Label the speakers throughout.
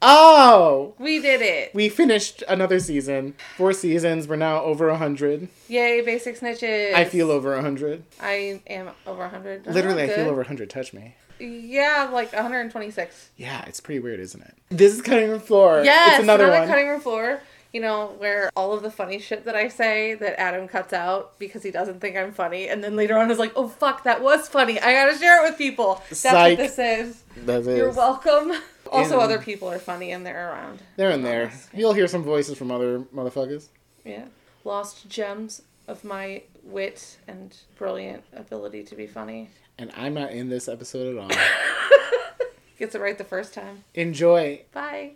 Speaker 1: Oh,
Speaker 2: We did it.
Speaker 1: we finished another season. Four seasons. We're now over a hundred.
Speaker 2: Yay, basic snitches.
Speaker 1: I feel over a hundred.
Speaker 2: I am over 100. I'm
Speaker 1: Literally, I
Speaker 2: Oh, good.
Speaker 1: feel over a hundred. Touch me.
Speaker 2: Yeah, like 126.
Speaker 1: Yeah, it's pretty weird, isn't it? This is cutting room floor.
Speaker 2: Yes,
Speaker 1: it's another, one.
Speaker 2: cutting room floor. You know, where all of the funny shit that I say that Adam cuts out because he doesn't think I'm funny, and then later on is like, oh fuck, that was funny. I gotta share it with people. That's
Speaker 1: Psych.
Speaker 2: what this is.
Speaker 1: That is-
Speaker 2: You're welcome. Also,
Speaker 1: Yeah.
Speaker 2: other people are funny and they're around.
Speaker 1: They're in there. You'll hear some voices from other motherfuckers.
Speaker 2: Yeah. Lost gems of my wit and brilliant ability to be funny.
Speaker 1: And I'm not in this episode at all.
Speaker 2: Gets it right the first time.
Speaker 1: Enjoy.
Speaker 2: Bye.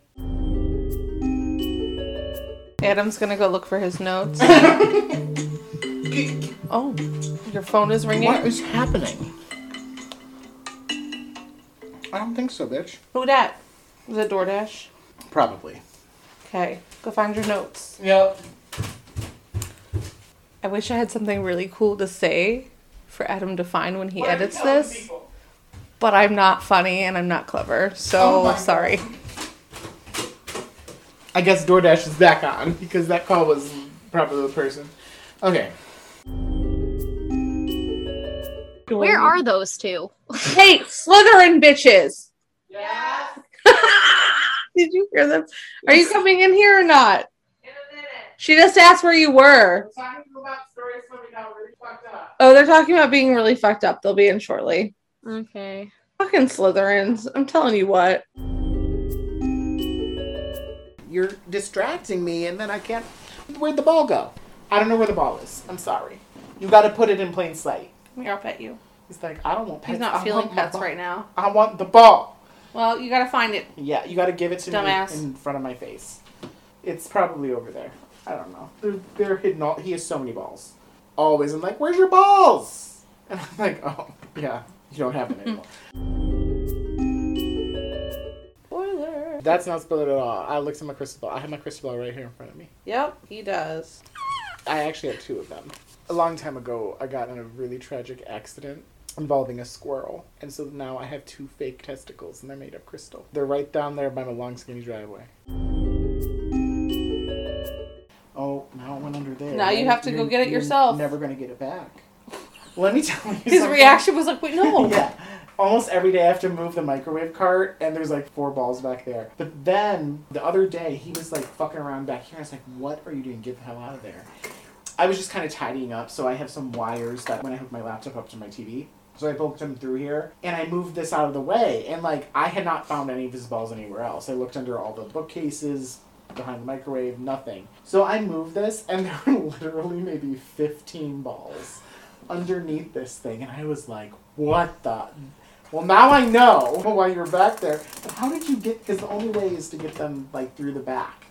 Speaker 2: Adam's gonna go look for his notes. oh, your phone is ringing.
Speaker 1: What is happening? I don't think so, bitch.
Speaker 2: Who dat? Is it DoorDash?
Speaker 1: Probably.
Speaker 2: Okay, go find your notes.
Speaker 1: Yep.
Speaker 2: I wish I had something really cool to say for Adam to find when he edits this, but I'm not funny and I'm not clever,
Speaker 1: Oh
Speaker 2: so
Speaker 1: my
Speaker 2: sorry.
Speaker 1: I guess DoorDash is back on because that call was probably the person. Okay.
Speaker 3: Where are those two?
Speaker 2: Hey, Slytherin bitches! Did you hear them? Are you coming in here or not? She just asked where you were. Oh, they're talking about being really fucked up. They'll be in shortly.
Speaker 3: Okay.
Speaker 2: Fucking Slytherins. I'm telling you what.
Speaker 1: You're distracting me, and then I can't. Where'd the ball go? I don't know where the ball is. I'm sorry. You got to put it in plain sight.
Speaker 2: Here, I'll pet you.
Speaker 1: It's like I don't want pets.
Speaker 2: He's not
Speaker 1: I
Speaker 2: feeling
Speaker 1: want my
Speaker 2: pets
Speaker 1: ball.
Speaker 2: right now.
Speaker 1: I want the ball.
Speaker 2: Well, you gotta find it.
Speaker 1: Yeah, you got to give it to
Speaker 2: Dumbass.
Speaker 1: me in front of my face. It's probably over there. I don't know. They're, they're hidden all. He has so many balls. Always, I'm like, where's your balls? And I'm like, oh yeah, you don't have them anymore.
Speaker 2: Spoiler.
Speaker 1: That's not spilled at all. I looked at my crystal ball. I have my crystal ball right here in front of me.
Speaker 2: Yep, he does.
Speaker 1: I actually have two of them. A long time ago, I got in a really tragic accident involving a squirrel, and so now I have two fake testicles, and they're made of crystal. They're right down there by my long, skinny driveway. Oh, now it went under there.
Speaker 2: Now you
Speaker 1: Now
Speaker 2: have to go
Speaker 1: you're-
Speaker 2: get it
Speaker 1: you're
Speaker 2: yourself.
Speaker 1: Never gonna get it back. Let me tell you.
Speaker 2: His
Speaker 1: something.
Speaker 2: reaction was like, wait, no.
Speaker 1: yeah. Almost every day I have to move the microwave cart, and there's like four balls back there. But then the other day he was like fucking around back here. I was like, "What are you doing? Get the hell out of there!" I was just kind of tidying up, so I have some wires that when I hook my laptop up to my TV, so I poked them through here, and I moved this out of the way. And like I had not found any of his balls anywhere else. I looked under all the bookcases, behind the microwave, nothing. So I moved this, and there were literally maybe 15 balls underneath this thing, and I was like, what the? Well, now I know why you're back there. But how did you get? Because the only way is to get them like through the back.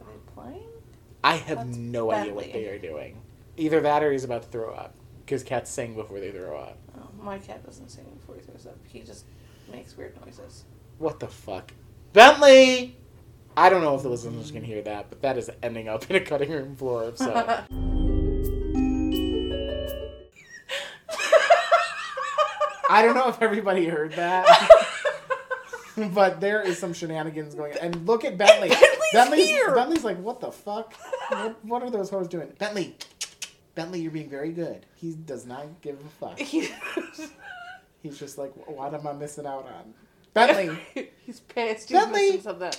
Speaker 2: Are they playing?
Speaker 1: I have
Speaker 2: That's
Speaker 1: no idea what
Speaker 2: badly.
Speaker 1: they are doing. Either that, or he's about to throw up. Because cats sing before they throw up.
Speaker 2: Oh, my cat doesn't sing before he throws up. He just makes weird noises.
Speaker 1: What the fuck, Bentley? I don't know if the listeners can hear that, but that is ending up in a cutting room floor episode. I don't know if everybody heard that. but there is some shenanigans going on. And look at Bentley.
Speaker 2: Bentley's here!
Speaker 1: Bentley's like, what the fuck? What, what are those hoes doing? Bentley, Bentley, you're being very good. He does not give a fuck.
Speaker 2: He-
Speaker 1: He's just like, what am I missing out on? Bentley,
Speaker 2: He's pissed. He's
Speaker 1: Bentley.
Speaker 2: missing something.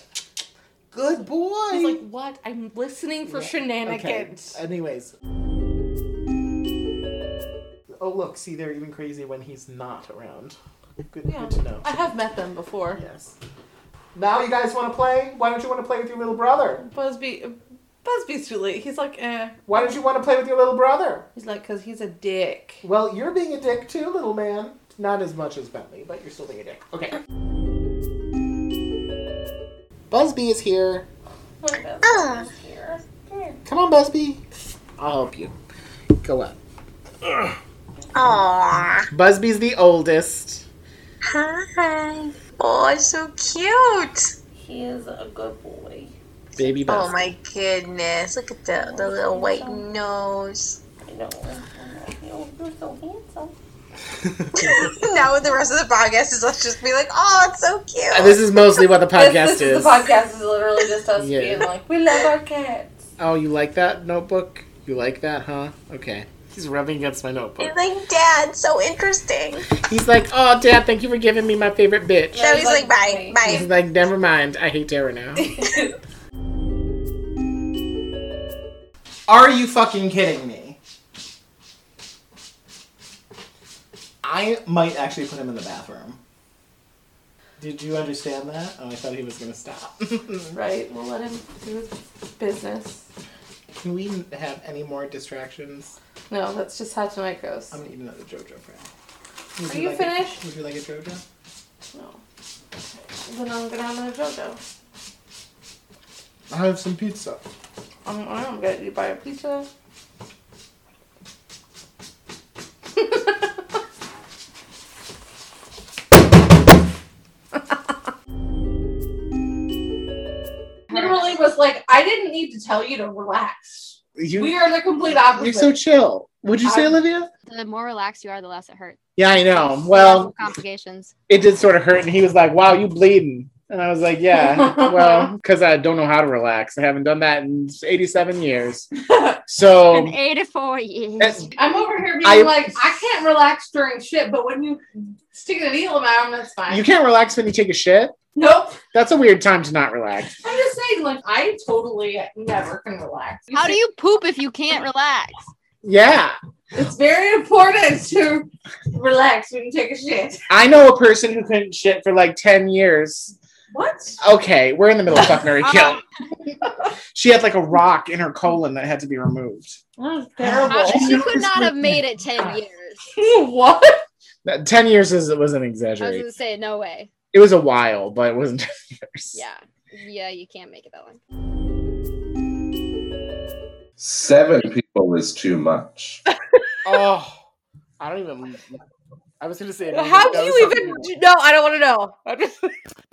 Speaker 1: good boy.
Speaker 2: He's like, what? I'm listening for
Speaker 1: Yeah,
Speaker 2: shenanigans.
Speaker 1: Okay. Anyways. Oh, look, see, they're even crazy when he's not around. Good,
Speaker 2: Yeah.
Speaker 1: good to know.
Speaker 2: I have met them before.
Speaker 1: Yes. Now you guys want to play? Why don't you want to play with your little brother?
Speaker 2: Busby, Busby's too late. He's like, eh.
Speaker 1: Why don't you want to play with your little brother?
Speaker 2: He's like, cause he's a dick.
Speaker 1: Well, you're being a dick too, little man. Not as much as Bentley, but you're still being a dick. Okay. Busby is here. Come on, Busby. I'll help you. Go up.
Speaker 4: Aww.
Speaker 1: Busby's the oldest.
Speaker 4: Hi. Oh, so cute.
Speaker 2: He is a good boy.
Speaker 1: Baby
Speaker 4: Oh my goodness. Look at the, the little white nose. No, no, you're so handsome. now the rest of the podcast is let's just be like, oh, it's so cute.
Speaker 1: And this is mostly what the podcast
Speaker 2: this, this
Speaker 1: is.
Speaker 2: The podcast is literally just us
Speaker 1: Yeah.
Speaker 2: being like, we love our cats.
Speaker 1: Oh, you like that notebook? You like that, huh? Okay. He's rubbing against my notebook.
Speaker 4: He's like, Dad, so interesting.
Speaker 1: He's like, "Oh, Dad, thank you for giving me my favorite bitch."
Speaker 4: So he's like, bye,
Speaker 2: okay.
Speaker 1: He's
Speaker 4: bye.
Speaker 1: like, "Never mind, I hate Tara now."
Speaker 5: Are you fucking kidding me? I might actually put him in the bathroom. Did you understand that? Oh, I thought he was gonna stop.
Speaker 2: right, we'll let him do his business.
Speaker 1: Can we have any more distractions?
Speaker 2: No, that's just how tonight goes.
Speaker 1: I'm gonna eat another JoJo friend.
Speaker 2: Are you
Speaker 1: like
Speaker 2: finished?
Speaker 1: Would you like a JoJo?
Speaker 2: No. Then I'm gonna have another JoJo.
Speaker 1: I have some pizza.
Speaker 2: I'm, I'm gonna you buy a pizza. Literally was like, I didn't need to tell you to relax.
Speaker 1: You,
Speaker 2: We are the complete opposite.
Speaker 1: you're so chill. Would you say,
Speaker 2: I'm-
Speaker 1: Olivia?
Speaker 6: The more relaxed you are, the less it hurts.
Speaker 1: Yeah, I know. Well,
Speaker 6: complications.
Speaker 1: it did sort of hurt, and he was like, "Wow, you bleeding." And I was like, yeah, well, because I don't know how to relax. I haven't done that in 87 years. So,
Speaker 6: An eight to four years.
Speaker 1: That's-
Speaker 2: I'm over here being
Speaker 1: I-
Speaker 2: like, I can't relax during shit, but when you stick a needle in my arm, that's fine.
Speaker 1: You can't relax when you take a shit.
Speaker 2: nope.
Speaker 1: That's a weird time to not relax.
Speaker 2: I'm just saying, like, I totally never can relax.
Speaker 6: How do you poop if you can't relax?
Speaker 1: Yeah.
Speaker 2: It's very important to relax when you take a shit.
Speaker 1: I know a person who couldn't shit for like 10 years.
Speaker 2: What?
Speaker 1: Okay, we're in the middle of fuck Mary Kill.
Speaker 6: Um,
Speaker 1: She had like a rock in her colon that had to be removed.
Speaker 2: That was
Speaker 6: how-
Speaker 2: terrible.
Speaker 6: you could not have made it ten years.
Speaker 2: what?
Speaker 1: That- 10 years is, was an
Speaker 6: I was
Speaker 1: exaggeration.
Speaker 6: gonna say no way.
Speaker 1: It was a while, but it wasn't 10 years.
Speaker 6: Yeah, yeah, you can't make it that long.
Speaker 7: Seven people is too much.
Speaker 1: Oh, I don't even. I was going to say. I don't
Speaker 2: How do
Speaker 1: know
Speaker 2: you
Speaker 1: something
Speaker 2: even?
Speaker 1: about-
Speaker 2: No, I don't want to know. I'm just-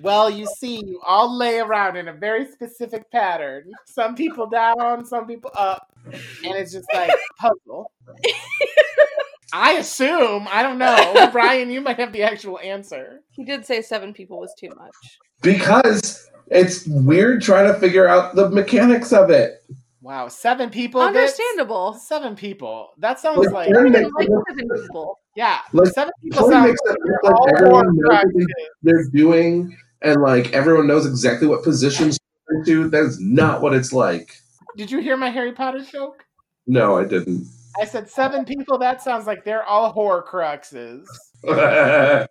Speaker 1: Well, you see, you all lay around in a very specific pattern. Some people down, some people up, and it's just like puzzle. I assume. I don't know, Brian. You might have the actual answer.
Speaker 2: He did say seven people was too much.
Speaker 7: Because it's weird trying to figure out the mechanics of it.
Speaker 1: Wow, seven people. that's-
Speaker 2: Understandable.
Speaker 1: Seven people. That sounds like
Speaker 2: I
Speaker 7: Like,
Speaker 2: don't even like seven people.
Speaker 1: yeah.
Speaker 7: Like,
Speaker 1: seven people
Speaker 7: Totally
Speaker 1: sounds.
Speaker 7: makes it look
Speaker 1: all
Speaker 7: like everyone knows
Speaker 1: organized.
Speaker 7: what they're doing and like everyone knows exactly what positions they're to. That is not what it's like.
Speaker 1: Did you hear my Harry Potter joke?
Speaker 7: No, I didn't.
Speaker 1: I said seven people. That sounds like they're all horcruxes.
Speaker 7: That's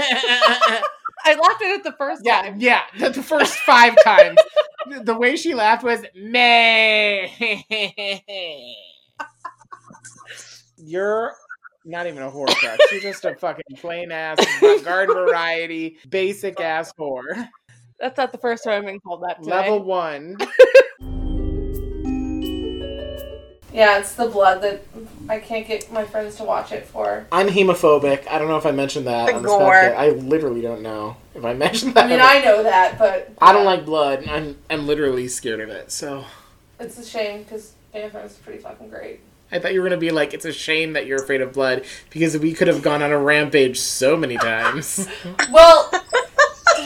Speaker 2: I laughed at it the first
Speaker 1: Yeah,
Speaker 2: time.
Speaker 1: yeah. The, the first five times, The- the way she laughed was May. You're not even a whore, Crux. You're just a fucking plain ass garden variety, basic ass whore.
Speaker 2: That's not the first time I've been called that today.
Speaker 1: Level one.
Speaker 2: Yeah, it's the blood that I can't get my friends to watch it for.
Speaker 1: I'm hemophobic. I don't know if I mentioned that.
Speaker 4: The on this gore. podcast.
Speaker 1: I literally don't know if I mentioned
Speaker 2: I mean, I know that, but
Speaker 1: like blood. I'm I'm literally scared of it. So
Speaker 2: It's a shame because Bantam is pretty fucking great.
Speaker 1: I thought you were gonna be like, it's a shame that you're afraid of blood because we could have gone on a rampage so many times.
Speaker 2: Well,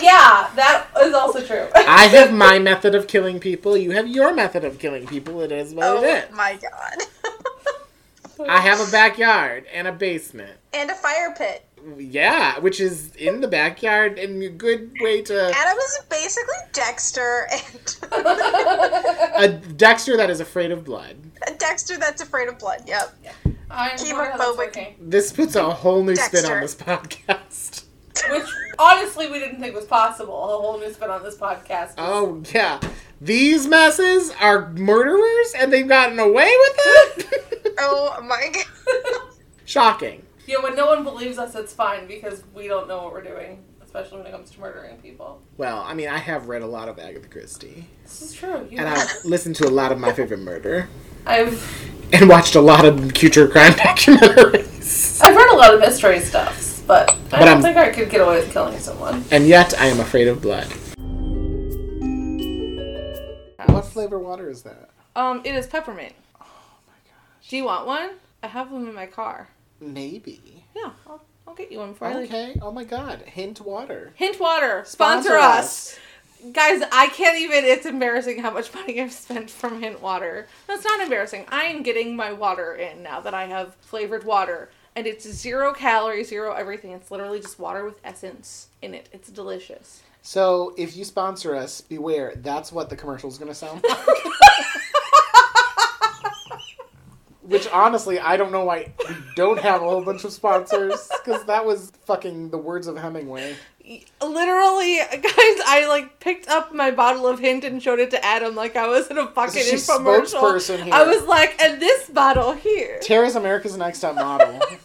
Speaker 2: yeah, that is also true.
Speaker 1: I have my method of killing people. You have your method of killing people. It is what it is.
Speaker 4: Oh my god.
Speaker 1: I have a backyard and a basement.
Speaker 4: And a fire pit.
Speaker 1: Yeah, which is in the backyard and a good way to
Speaker 4: Adam is basically Dexter and
Speaker 1: a Dexter that is afraid of blood.
Speaker 4: a Dexter that's afraid of blood. Yep.
Speaker 2: I'm
Speaker 4: Chemophobic.
Speaker 1: This puts a whole new spin on
Speaker 4: Dexter.
Speaker 1: this podcast.
Speaker 2: which honestly we didn't think was possible. A whole new spin on this podcast.
Speaker 1: Oh yeah. These masses are murderers and they've gotten away with it?
Speaker 4: Oh my god.
Speaker 1: Oh. Shocking.
Speaker 2: yeah, when no one believes us, it's fine because we don't know what we're doing, especially when it comes to murdering people.
Speaker 1: Well, I mean, I have read a lot of Agatha Christie,
Speaker 2: This is true. You
Speaker 1: and
Speaker 2: know.
Speaker 1: I've listened to a lot of My Favorite Murder,
Speaker 2: I've
Speaker 1: and watched a lot of future crime documentaries.
Speaker 2: I've read a lot of mystery stuffs, but I
Speaker 1: But
Speaker 2: don't
Speaker 1: I'm-
Speaker 2: think I could get away with killing someone.
Speaker 1: And yet, I am afraid of blood. What flavor water is that? Oh
Speaker 2: Um, it is peppermint. Do you want one? I have them in my car.
Speaker 1: Maybe.
Speaker 2: Yeah, I'll, I'll get you one before I leave.
Speaker 1: Okay. Oh my God. Hint water.
Speaker 2: Hint Water, sponsor, us. Guys, I can't even. It's embarrassing how much money I've spent from Hint Water. That's not embarrassing. I am getting my water in now that I have flavored water. And it's zero calories, zero everything. It's literally just water with essence in it. It's delicious.
Speaker 1: So if you sponsor us, beware. That's what the commercial is going to sound like. Which honestly, I don't know why we don't have a whole bunch of sponsors because that was fucking the words of Hemingway.
Speaker 2: Y- Literally, guys, I like picked up my bottle of Hint and showed it to Adam like I was in a fucking
Speaker 1: She's
Speaker 2: infomercial.
Speaker 1: spokesperson here.
Speaker 2: I was like, and this bottle here.
Speaker 1: Tara's America's Next Top Model.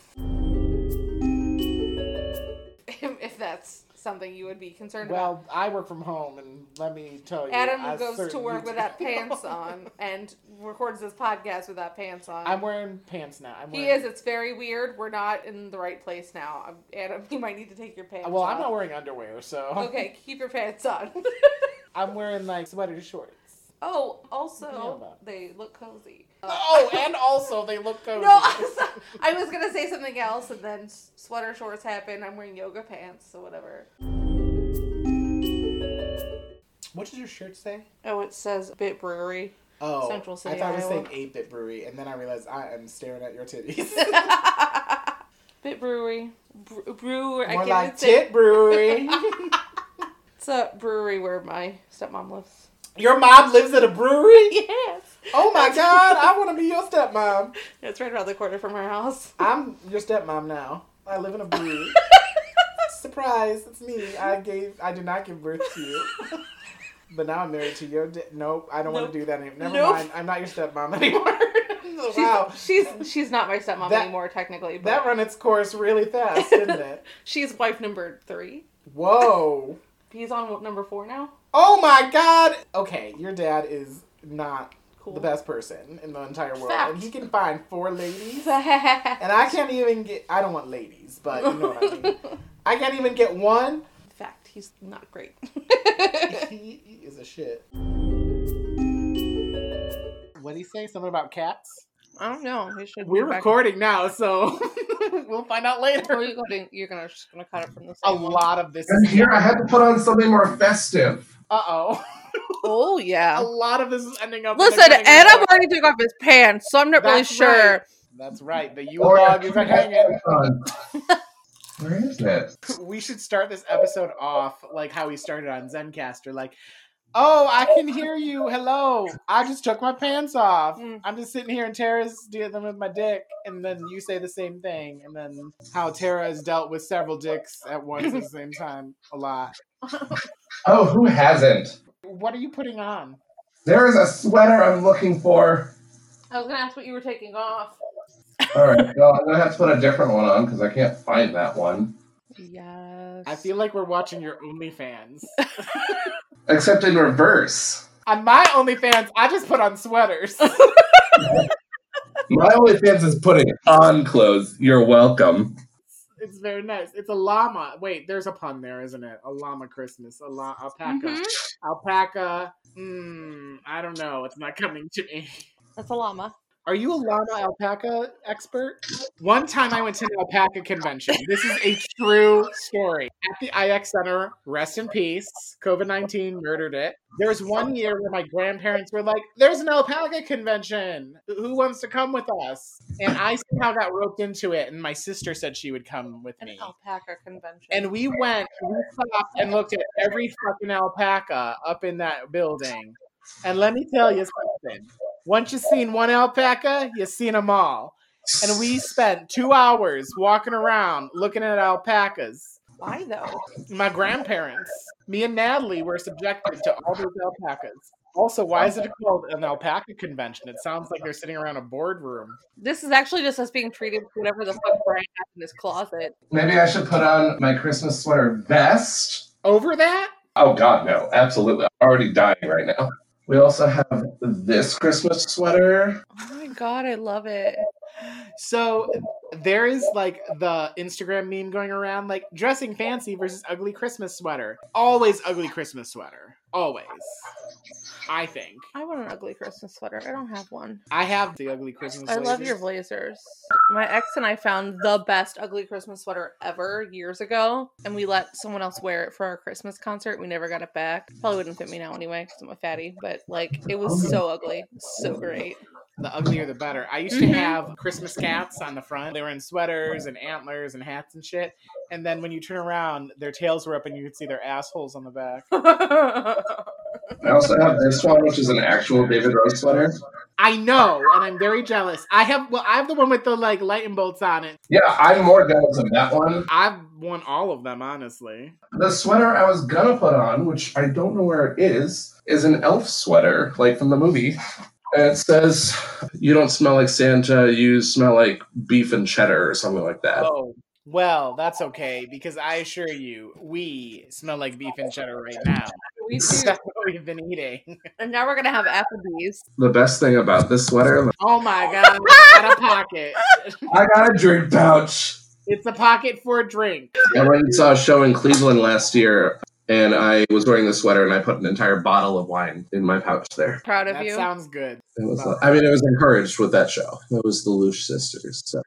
Speaker 2: if that's something you would be concerned about.
Speaker 1: well, I work from home, and let me tell you,
Speaker 2: Adam
Speaker 1: I
Speaker 2: goes to
Speaker 1: certainly
Speaker 2: work with
Speaker 1: do.
Speaker 2: that pants on and records this podcast with that pants on.
Speaker 1: I'm wearing pants now. I'm
Speaker 2: he
Speaker 1: wearing-
Speaker 2: is. It's very weird. We're not in the right place now. I'm, Adam, you might need to take your pants
Speaker 1: Well, I'm
Speaker 2: off.
Speaker 1: not wearing underwear, so
Speaker 2: Okay, keep your pants on.
Speaker 1: I'm wearing like sweater shorts.
Speaker 2: oh,
Speaker 1: Yeah,
Speaker 2: also,
Speaker 1: but-
Speaker 2: they look cozy.
Speaker 1: Oh, and also they look cozy.
Speaker 2: No, I was, I was gonna say something else, and then s- sweater shorts happened. I'm wearing yoga pants, so whatever.
Speaker 1: What does your shirt say?
Speaker 2: Oh, it says Bit Brewery.
Speaker 1: Oh,
Speaker 2: Central City,
Speaker 1: I thought it was
Speaker 2: Iowa.
Speaker 1: saying 8 bit brewery, and then I realized I am staring at your titties.
Speaker 2: Bit Brewery. Bre- brewer. I
Speaker 1: More
Speaker 2: can't
Speaker 1: like
Speaker 2: even say.
Speaker 1: tit brewery.
Speaker 2: It's a brewery where my stepmom lives.
Speaker 1: your mom lives at a brewery?
Speaker 2: Yes.
Speaker 1: Oh my god, I want to be your stepmom.
Speaker 2: It's right around the corner from our house.
Speaker 1: I'm your stepmom now. I live in a brewery. Surprise, it's me. I gave, I did not give birth to you. But now I'm married to your. Di- nope, I don't want
Speaker 2: Nope.
Speaker 1: to do that anymore. Never
Speaker 2: Nope.
Speaker 1: mind, I'm not your stepmom anymore.
Speaker 2: She's,
Speaker 1: Oh, wow,
Speaker 2: she's she's not my stepmom
Speaker 1: That-
Speaker 2: anymore technically, but
Speaker 1: that ran its course really fast, didn't it?
Speaker 2: she's wife number three.
Speaker 1: Whoa.
Speaker 2: He's on what, number four now.
Speaker 1: Oh my god! Okay, your dad is not
Speaker 2: Cool.
Speaker 1: the best person in the entire world.
Speaker 2: Fact.
Speaker 1: And he can find four ladies. And I can't even get, I don't want ladies, but you know what I mean. I can't even get one.
Speaker 2: Fact, he's not great.
Speaker 1: He, he is a shit. What'd he say? Something about cats?
Speaker 2: I don't know. He should.
Speaker 1: We're
Speaker 2: be back-
Speaker 1: recording now, so we'll find out
Speaker 2: Are
Speaker 1: later.
Speaker 2: you going? You're gonna just gonna cut it from the
Speaker 1: A
Speaker 2: same one.
Speaker 1: lot of this.
Speaker 7: And here I had to put on something more festive.
Speaker 1: Uh oh.
Speaker 2: Oh
Speaker 1: A
Speaker 2: yeah.
Speaker 1: lot of this is ending up. in the
Speaker 2: Listen,
Speaker 1: cutting
Speaker 2: Adam
Speaker 1: board.
Speaker 2: already took off his pants, so I'm not really
Speaker 1: That's
Speaker 2: sure.
Speaker 1: right. That's right. The U
Speaker 7: Or I
Speaker 1: log is
Speaker 7: couldn't
Speaker 1: hanging.
Speaker 7: have fun. Where is it?
Speaker 1: we should start this episode off like how we started on Zencaster, like, oh, I can hear you. Hello. I just took my pants off.
Speaker 2: Mm.
Speaker 1: I'm just sitting here and Tara's dealing them with my dick. And then you say the same thing. And then how Tara has dealt with several dicks at once at the same time a lot.
Speaker 7: Oh, who hasn't?
Speaker 1: What are you putting on?
Speaker 7: There is a sweater I'm looking for.
Speaker 2: I was gonna ask what you were taking off.
Speaker 7: All right, well, I'm gonna have to put a different one on because I can't find that one.
Speaker 2: Yes.
Speaker 1: I feel like we're watching your OnlyFans.
Speaker 7: Except in reverse.
Speaker 1: on my OnlyFans, I just put on sweaters.
Speaker 7: My only fans is putting on clothes. You're welcome.
Speaker 1: it's very nice. It's a llama. Wait, there's a pun there, isn't it? A llama Christmas. A la- alpaca.
Speaker 6: Mhm.
Speaker 1: Alpaca. Mm, I don't know. It's not coming to me.
Speaker 2: That's a llama.
Speaker 1: Are you a llama alpaca expert? One time I went to an alpaca convention. This is a true story. At the IX Center, rest in peace. COVID 19 murdered it. There was one year where my grandparents were like, There's an alpaca convention. Who wants to come with us? And I somehow got roped into it, and my sister said she would come with
Speaker 2: An
Speaker 1: me.
Speaker 2: alpaca convention.
Speaker 1: And we went, we stopped and looked at every fucking alpaca up in that building. And let me tell you something. Once you've seen one alpaca, you've seen them all. And we spent two hours walking around looking at alpacas.
Speaker 2: why though?
Speaker 1: My grandparents, me and Natalie, were subjected to all those alpacas. Also, why is it called an alpaca convention? It sounds like they're sitting around a boardroom.
Speaker 2: This is actually just us being treated to whatever the fuck Brian has in his closet.
Speaker 7: Maybe I should put on my Christmas sweater vest.
Speaker 1: Over that?
Speaker 7: Oh God, no! Absolutely, I'm already dying right now. We also have this Christmas sweater.
Speaker 2: Oh my god, I love it.
Speaker 1: So there is like the Instagram meme going around, like dressing fancy versus ugly Christmas sweater. Always ugly Christmas sweater. Always. I think.
Speaker 2: I want an ugly Christmas sweater. I don't have one.
Speaker 1: I have the ugly Christmas.
Speaker 2: I love
Speaker 1: laces.
Speaker 2: your blazers. My ex and I found the best ugly Christmas sweater ever years ago, and we let someone else wear it for our Christmas concert. We never got it back. Probably wouldn't fit me now anyway because I'm a fatty, but like it was so ugly. So great.
Speaker 1: the uglier the better. I used
Speaker 2: Mhm.
Speaker 1: to have Christmas cats on the front. They were in sweaters and antlers and hats and shit. And then when you turn around, their tails were up and you could see their assholes on the back.
Speaker 7: I also have this one, which is an actual David Rose sweater.
Speaker 1: I know, and I'm very jealous. I have well, I have the one with the like lightning bolts on it.
Speaker 7: Yeah, I'm more jealous of that one.
Speaker 1: I've won all of them, honestly.
Speaker 7: The sweater I was gonna put on, which I don't know where it is, is an elf sweater, like from the movie. And it says, You don't smell like Santa, you smell like beef and cheddar or something like that.
Speaker 1: Oh. Well, that's okay because I assure you, we smell like beef and cheddar right now.
Speaker 2: we do.
Speaker 1: That's what we've been eating.
Speaker 2: And now we're gonna have Applebee's.
Speaker 7: The best thing about this sweater,
Speaker 1: Oh my god, it's got a pocket.
Speaker 7: I got a drink pouch.
Speaker 1: It's a pocket for a drink.
Speaker 7: I went and saw a show in Cleveland last year, and I was wearing this sweater, and I put an entire bottle of wine in my pouch there.
Speaker 2: Proud of
Speaker 1: That
Speaker 2: you.
Speaker 1: sounds good.
Speaker 7: It was, I mean, it was encouraged with that show. It was the Lush Sisters. So.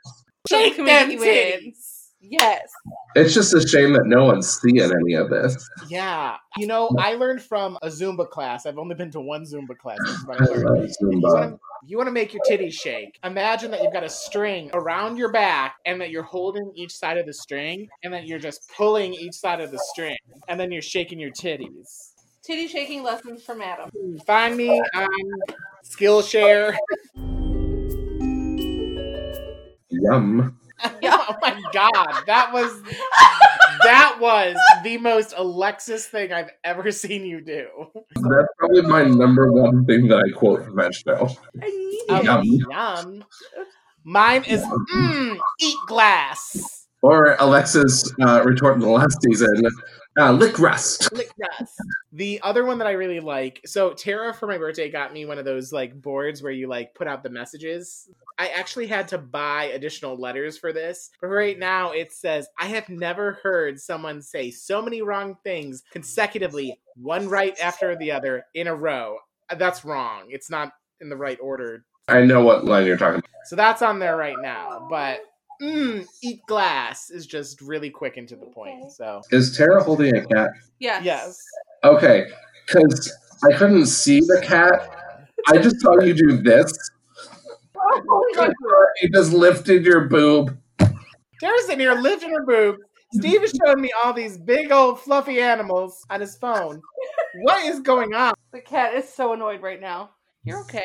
Speaker 1: Shake them
Speaker 2: Community wins.
Speaker 1: titties.
Speaker 2: Yes.
Speaker 7: It's just a shame that no one's seeing any of this.
Speaker 1: Yeah. You know, I learned from a Zumba class. I've only been to one Zumba class. That's what
Speaker 7: I
Speaker 1: I
Speaker 2: Oh,
Speaker 1: learned.
Speaker 7: love
Speaker 1: You
Speaker 7: Zumba.
Speaker 1: wanna- You want to make your titties shake. Imagine that you've got a string around your back and that you're holding each side of the string and that you're just pulling each side of the string and then you're shaking your titties.
Speaker 2: Titty shaking lessons from Adam.
Speaker 1: Find me on Skillshare.
Speaker 7: Yum.
Speaker 1: oh my god, that was that was the most Alexis thing I've ever seen you do.
Speaker 7: That's probably my number one thing that I quote from that show.
Speaker 2: I need
Speaker 1: Um,
Speaker 2: it.
Speaker 7: Yum.
Speaker 1: yum. Mine is mm, eat glass.
Speaker 7: Or Alexa's uh, retort in the last season, uh, lick rust.
Speaker 1: Lick glass. The other one that I really like. So Tara for my birthday got me one of those like boards where you like put out the messages. I actually had to buy additional letters for this, but right now it says I have never heard someone say so many wrong things consecutively, one right after the other in a row. Uh, That's wrong. It's not in the right order
Speaker 7: I know what line you're talking about.
Speaker 1: So that's on there right now. But mm, eat glass is just really quick and to the point. So
Speaker 7: Is Tara holding a cat?
Speaker 2: Yes.
Speaker 1: yes,
Speaker 7: Okay, because I couldn't see the cat. I just saw you do this. You just lifted your boob.
Speaker 1: Tara's in here lifting her boob. Steve is showing me all these big old fluffy animals on his phone. What is going on?
Speaker 2: The cat is so annoyed right now. You're okay.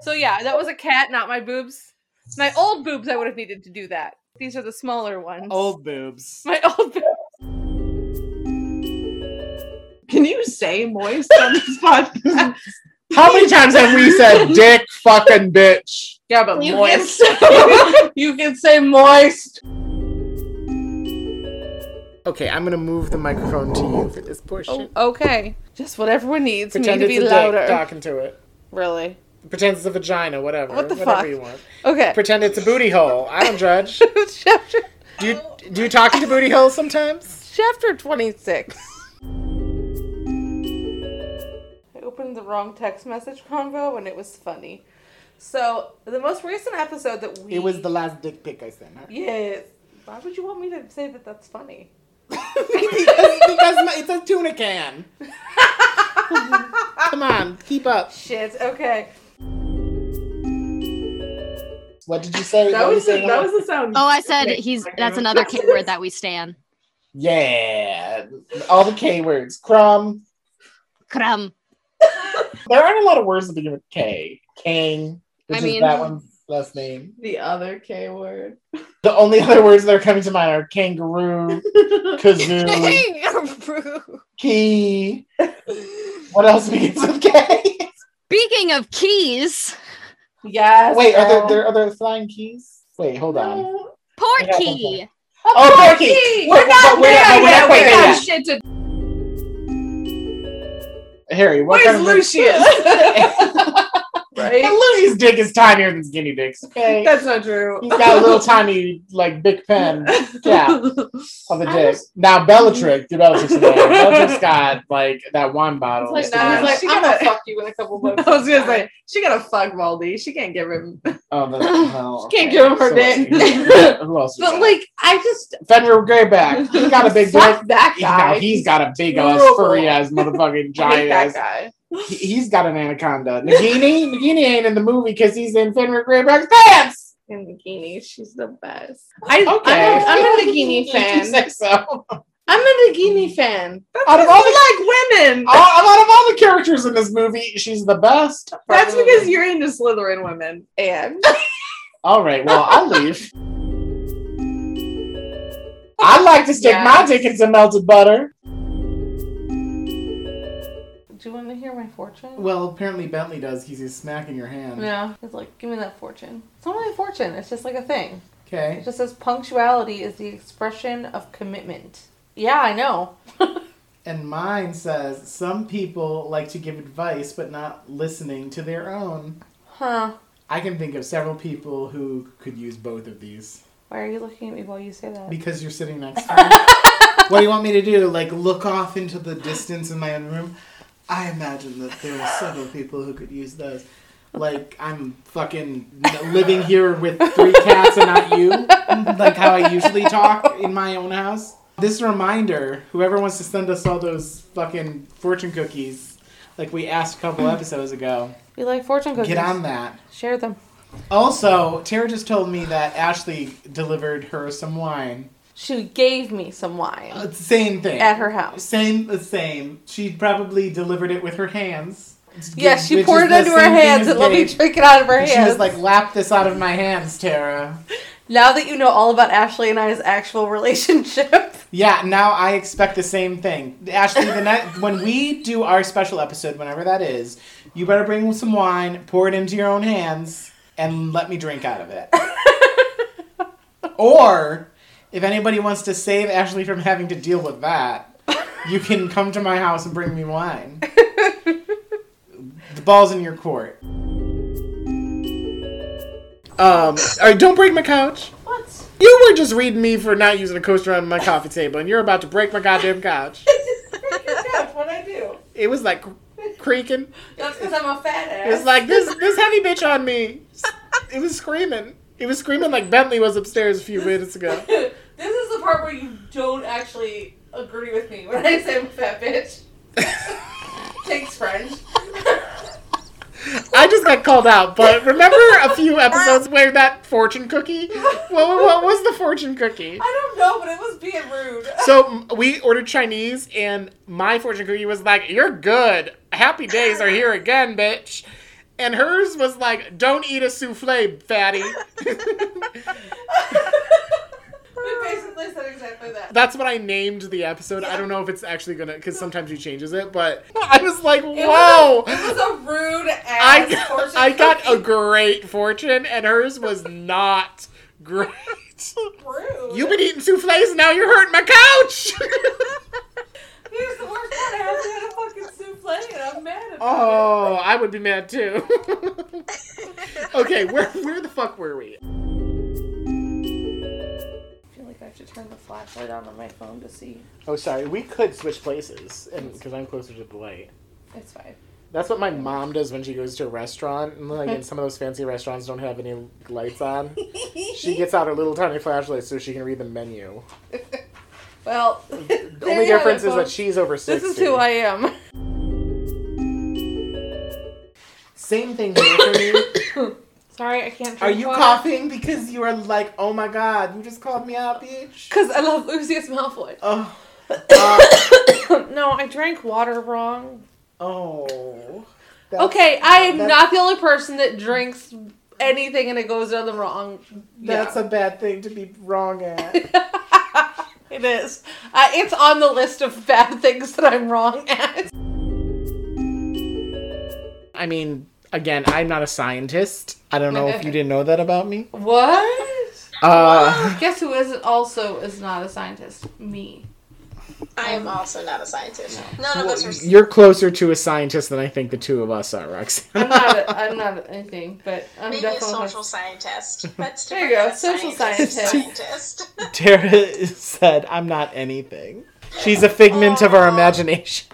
Speaker 2: So yeah, that was a cat, not my boobs. My old boobs, I would have needed to do that. These are the smaller ones.
Speaker 1: Old boobs.
Speaker 2: my old boobs.
Speaker 8: Can you say moist on this podcast?
Speaker 1: How many times have we said dick fucking bitch?
Speaker 8: yeah, but
Speaker 6: You can
Speaker 8: moist. you can say moist.
Speaker 1: Okay, I'm gonna move the microphone to you for this
Speaker 2: Oh,
Speaker 1: portion.
Speaker 2: okay. Just what everyone needs.
Speaker 1: Pretend
Speaker 2: me to
Speaker 1: it's
Speaker 2: be
Speaker 1: a dick
Speaker 2: louder.
Speaker 1: talking to it.
Speaker 2: Really?
Speaker 1: Pretend it's a vagina, whatever.
Speaker 2: What the
Speaker 1: whatever
Speaker 2: fuck?
Speaker 1: you want.
Speaker 2: Okay.
Speaker 1: Pretend it's a booty hole. I don't judge.
Speaker 2: chapter,
Speaker 1: Do you do you talk to booty holes sometimes?
Speaker 2: chapter 26. I opened the wrong text message convo and it was funny. So, the most recent episode that we.
Speaker 1: last dick pic I sent her.
Speaker 2: Yes. Why would you want me to say that that's funny?
Speaker 1: because, because my- it's a tuna can. Come on, keep up.
Speaker 2: Shit. Okay.
Speaker 1: What did you say?
Speaker 8: That was the, that was the sound.
Speaker 6: Oh, I said he's. That's another K word that we stand.
Speaker 1: yeah, all the K words. Crumb.
Speaker 6: Crumb.
Speaker 1: There aren't a lot of words that begin with K. Kang, which
Speaker 6: I
Speaker 1: is
Speaker 6: mean-
Speaker 1: that one's last name.
Speaker 8: The other K word.
Speaker 1: The only other words that are coming to mind are kangaroo, kazoo, key. What else begins with K?
Speaker 6: Speaking of keys,
Speaker 8: yes.
Speaker 1: Wait, are there, there are there flying keys? Wait, hold on.
Speaker 8: No.
Speaker 6: porky.
Speaker 1: Oh, porky!
Speaker 8: We're not
Speaker 1: wait,
Speaker 8: there
Speaker 1: wait,
Speaker 8: yet.
Speaker 1: wait,
Speaker 8: We
Speaker 1: wait,
Speaker 8: got
Speaker 1: wait.
Speaker 8: shit to.
Speaker 1: Harry, what
Speaker 8: Where's
Speaker 1: kind of
Speaker 8: Lucius? right?
Speaker 1: And Louis' dick is tinier than guinea dicks. Okay,
Speaker 8: That's not true.
Speaker 1: he's got a little tiny like big pen yeah, of a
Speaker 5: I
Speaker 1: dick.
Speaker 5: was-
Speaker 1: Now Bellatrix, dude, Bellatrix, is there. Bellatrix got like that wine bottle.
Speaker 2: Like,
Speaker 1: It's
Speaker 2: no,
Speaker 1: like-
Speaker 2: I was like,
Speaker 8: She got
Speaker 2: I'm gonna
Speaker 8: it.
Speaker 2: fuck you in a couple months.
Speaker 8: I was gonna say she got to fuck Baldy. She can't give him.
Speaker 1: oh, the, no,
Speaker 8: She can't give him her dick.
Speaker 1: Who else?
Speaker 2: But like, I just
Speaker 1: Fenrir Greyback, he got a big dick.
Speaker 2: fuck that
Speaker 1: He-
Speaker 2: guy.
Speaker 1: now he's got a big ass,
Speaker 2: horrible.
Speaker 1: furry ass, motherfucking
Speaker 2: I hate
Speaker 1: giant
Speaker 2: that
Speaker 1: ass.
Speaker 2: guy.
Speaker 1: He, he's got an anaconda. Nagini, Nagini ain't in the movie because he's in Fenrir Greyback's pants.
Speaker 2: And Nagini, she's the best. I, I'm,
Speaker 1: Okay.
Speaker 2: a, I'm a Nagini
Speaker 1: You
Speaker 2: fan.
Speaker 1: say so.
Speaker 2: I'm a Nagini fan.
Speaker 1: Out of all the
Speaker 8: like women.
Speaker 1: all, out of all the characters in this movie, she's the best.
Speaker 8: That's
Speaker 1: Probably.
Speaker 8: because you're into Slytherin women.
Speaker 2: And
Speaker 1: All right, well, I'll leave. I like to stick my
Speaker 2: Yes.
Speaker 1: dick in some melted butter.
Speaker 2: do you want to hear my fortune?
Speaker 5: Well, apparently Bentley does. He's just smacking your hand.
Speaker 2: No, it's like give me that fortune. It's not really a fortune. It's just like a thing. It
Speaker 5: Okay.
Speaker 2: just says punctuality is the expression of commitment. Yeah, I know.
Speaker 5: And mine says some people like to give advice but not listening to their own.
Speaker 2: Huh.
Speaker 5: I can think of several people who could use both of these
Speaker 2: Why are you looking at me while you say that?
Speaker 5: because you're sitting next to me. what do you want me to do? Like look off into the distance in my own room? I imagine that there are several people who could use those. Like I'm fucking living here with three cats and not you, like how I usually talk in my own house. This reminder, whoever wants to send us all those fucking fortune cookies, like we asked a couple episodes ago,
Speaker 2: We like fortune cookies.
Speaker 5: get on that.
Speaker 2: Share them.
Speaker 5: Also, Tara just told me that Ashley delivered her some wine.
Speaker 2: She gave me some wine
Speaker 5: Uh, same thing.
Speaker 2: at her house.
Speaker 5: Same, the same. She probably delivered it with her hands.
Speaker 2: Yeah, she
Speaker 5: Which
Speaker 2: poured
Speaker 5: is
Speaker 2: it
Speaker 5: the
Speaker 2: into her
Speaker 5: same thing
Speaker 2: hands
Speaker 5: as
Speaker 2: and let me
Speaker 5: Gabe.
Speaker 2: drink it out of her
Speaker 5: And
Speaker 2: hands.
Speaker 5: She was like, lap this out of my hands, Tara.
Speaker 2: now that you know all about Ashley and I's actual relationship.
Speaker 5: Yeah, now I expect the same thing. Ashley, the night, when we do our special episode, whenever that is, you better bring some wine, pour it into your own hands, and let me drink out of it. or, if anybody wants to save Ashley from having to deal with that, you can come to my house and bring me wine. the ball's in your court. Um, all right, don't break my couch.
Speaker 2: What?
Speaker 1: You were just reading me for not using a coaster on my coffee table, and you're about to break my goddamn couch.
Speaker 2: That's what I do.
Speaker 1: It was like cr- creaking.
Speaker 2: That's because I'm a fat ass.
Speaker 1: It was like this this heavy bitch on me. It was screaming. It was screaming like Bentley was upstairs a few minutes ago.
Speaker 2: this is the part where you don't actually agree with me when I say I'm a fat bitch. Thanks, friend.
Speaker 1: I just got called out, but remember a few episodes where that fortune cookie? What, what was the fortune cookie?
Speaker 2: I don't know, but it was being rude.
Speaker 1: So m- we ordered Chinese, and my fortune cookie was like, "You're good. Happy days are here again, bitch." And hers was like, "Don't eat a souffle, fatty."
Speaker 2: we basically said exactly that.
Speaker 1: That's what I named the episode. I don't know if it's actually gonna, because sometimes he changes it. But I was like,
Speaker 2: It
Speaker 1: "Wow."
Speaker 2: Was a, it was a rude ass
Speaker 1: I,
Speaker 2: fortune
Speaker 1: I got a
Speaker 2: cookie.
Speaker 1: great fortune, and hers was not great.
Speaker 2: rude.
Speaker 1: You've been eating souffles, and now you're hurting my couch.
Speaker 2: Here's the worst part. I haven't had a fucking souffle, and I'm mad about it.
Speaker 1: Oh, I would be mad too. okay, where where the fuck were we?
Speaker 2: I feel like I have to turn the flashlight on on my phone to see.
Speaker 1: Oh, sorry. We could switch places, and because I'm closer to the light.
Speaker 2: It's fine.
Speaker 1: That's what my mom does when she goes to a restaurant, and like in some of those fancy restaurants don't have any lights on. She gets out her little tiny flashlight so she can read the menu.
Speaker 2: Well,
Speaker 1: The only difference is that she's over
Speaker 2: This
Speaker 1: sixty.
Speaker 2: is who I am.
Speaker 5: Same thing here for me.
Speaker 2: Sorry, I can't. Drink
Speaker 5: Are you
Speaker 2: water.
Speaker 5: coughing because you are like, oh my god, you just called me out, bitch?
Speaker 2: Because I love Lucius Malfoy.
Speaker 5: Oh. Uh,
Speaker 2: no, I drank water wrong.
Speaker 5: oh. That's-
Speaker 2: Okay, I am
Speaker 5: that's-
Speaker 2: not the only person that drinks anything and it goes down the wrong.
Speaker 5: That's
Speaker 2: yeah.
Speaker 5: a bad thing to be wrong at.
Speaker 2: it is. Uh, it's on the list of bad things that I'm wrong at.
Speaker 1: I mean, again, I'm not a scientist. I don't know if you didn't know that about me.
Speaker 2: What?
Speaker 1: Uh,
Speaker 2: Guess who is also is not a scientist? Me.
Speaker 4: I am also not a scientist. None of us
Speaker 5: Well,
Speaker 4: are.
Speaker 5: you're closer to a scientist than I think the two of us are, Roxy.
Speaker 2: I'm not. A, I'm not anything, but I'm
Speaker 4: Maybe a
Speaker 2: definitely
Speaker 4: social scientist. That's
Speaker 2: There you
Speaker 4: different
Speaker 2: go,
Speaker 4: than a
Speaker 2: social
Speaker 4: Scientist.
Speaker 5: Tara said, "I'm not anything." She's a figment of our imagination,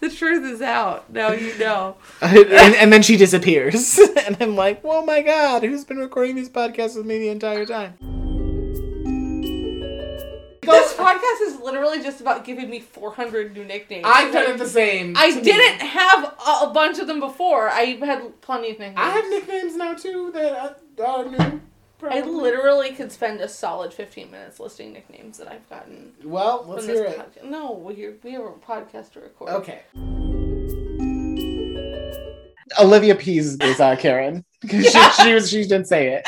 Speaker 2: the truth is out. Now you know.
Speaker 5: and, and then she disappears. and I'm like, "Oh my god, who's been recording these podcasts with me the entire time?"
Speaker 2: This podcast is literally just about giving me 400 new nicknames.
Speaker 1: I've done it the same.
Speaker 2: I
Speaker 1: to me.
Speaker 2: didn't have a, a bunch of them before. I had plenty of nicknames.
Speaker 1: I have nicknames now too that I- are new.
Speaker 2: I
Speaker 1: probably.
Speaker 2: literally could spend a solid 15 minutes listing nicknames that I've gotten
Speaker 5: Well, let's
Speaker 2: from
Speaker 5: hear
Speaker 2: this
Speaker 5: it.
Speaker 2: podcast. No, we we have a podcast to record.
Speaker 5: Okay. Olivia Pease is uh, Karen. 'Cause she, she, was, she didn't say it.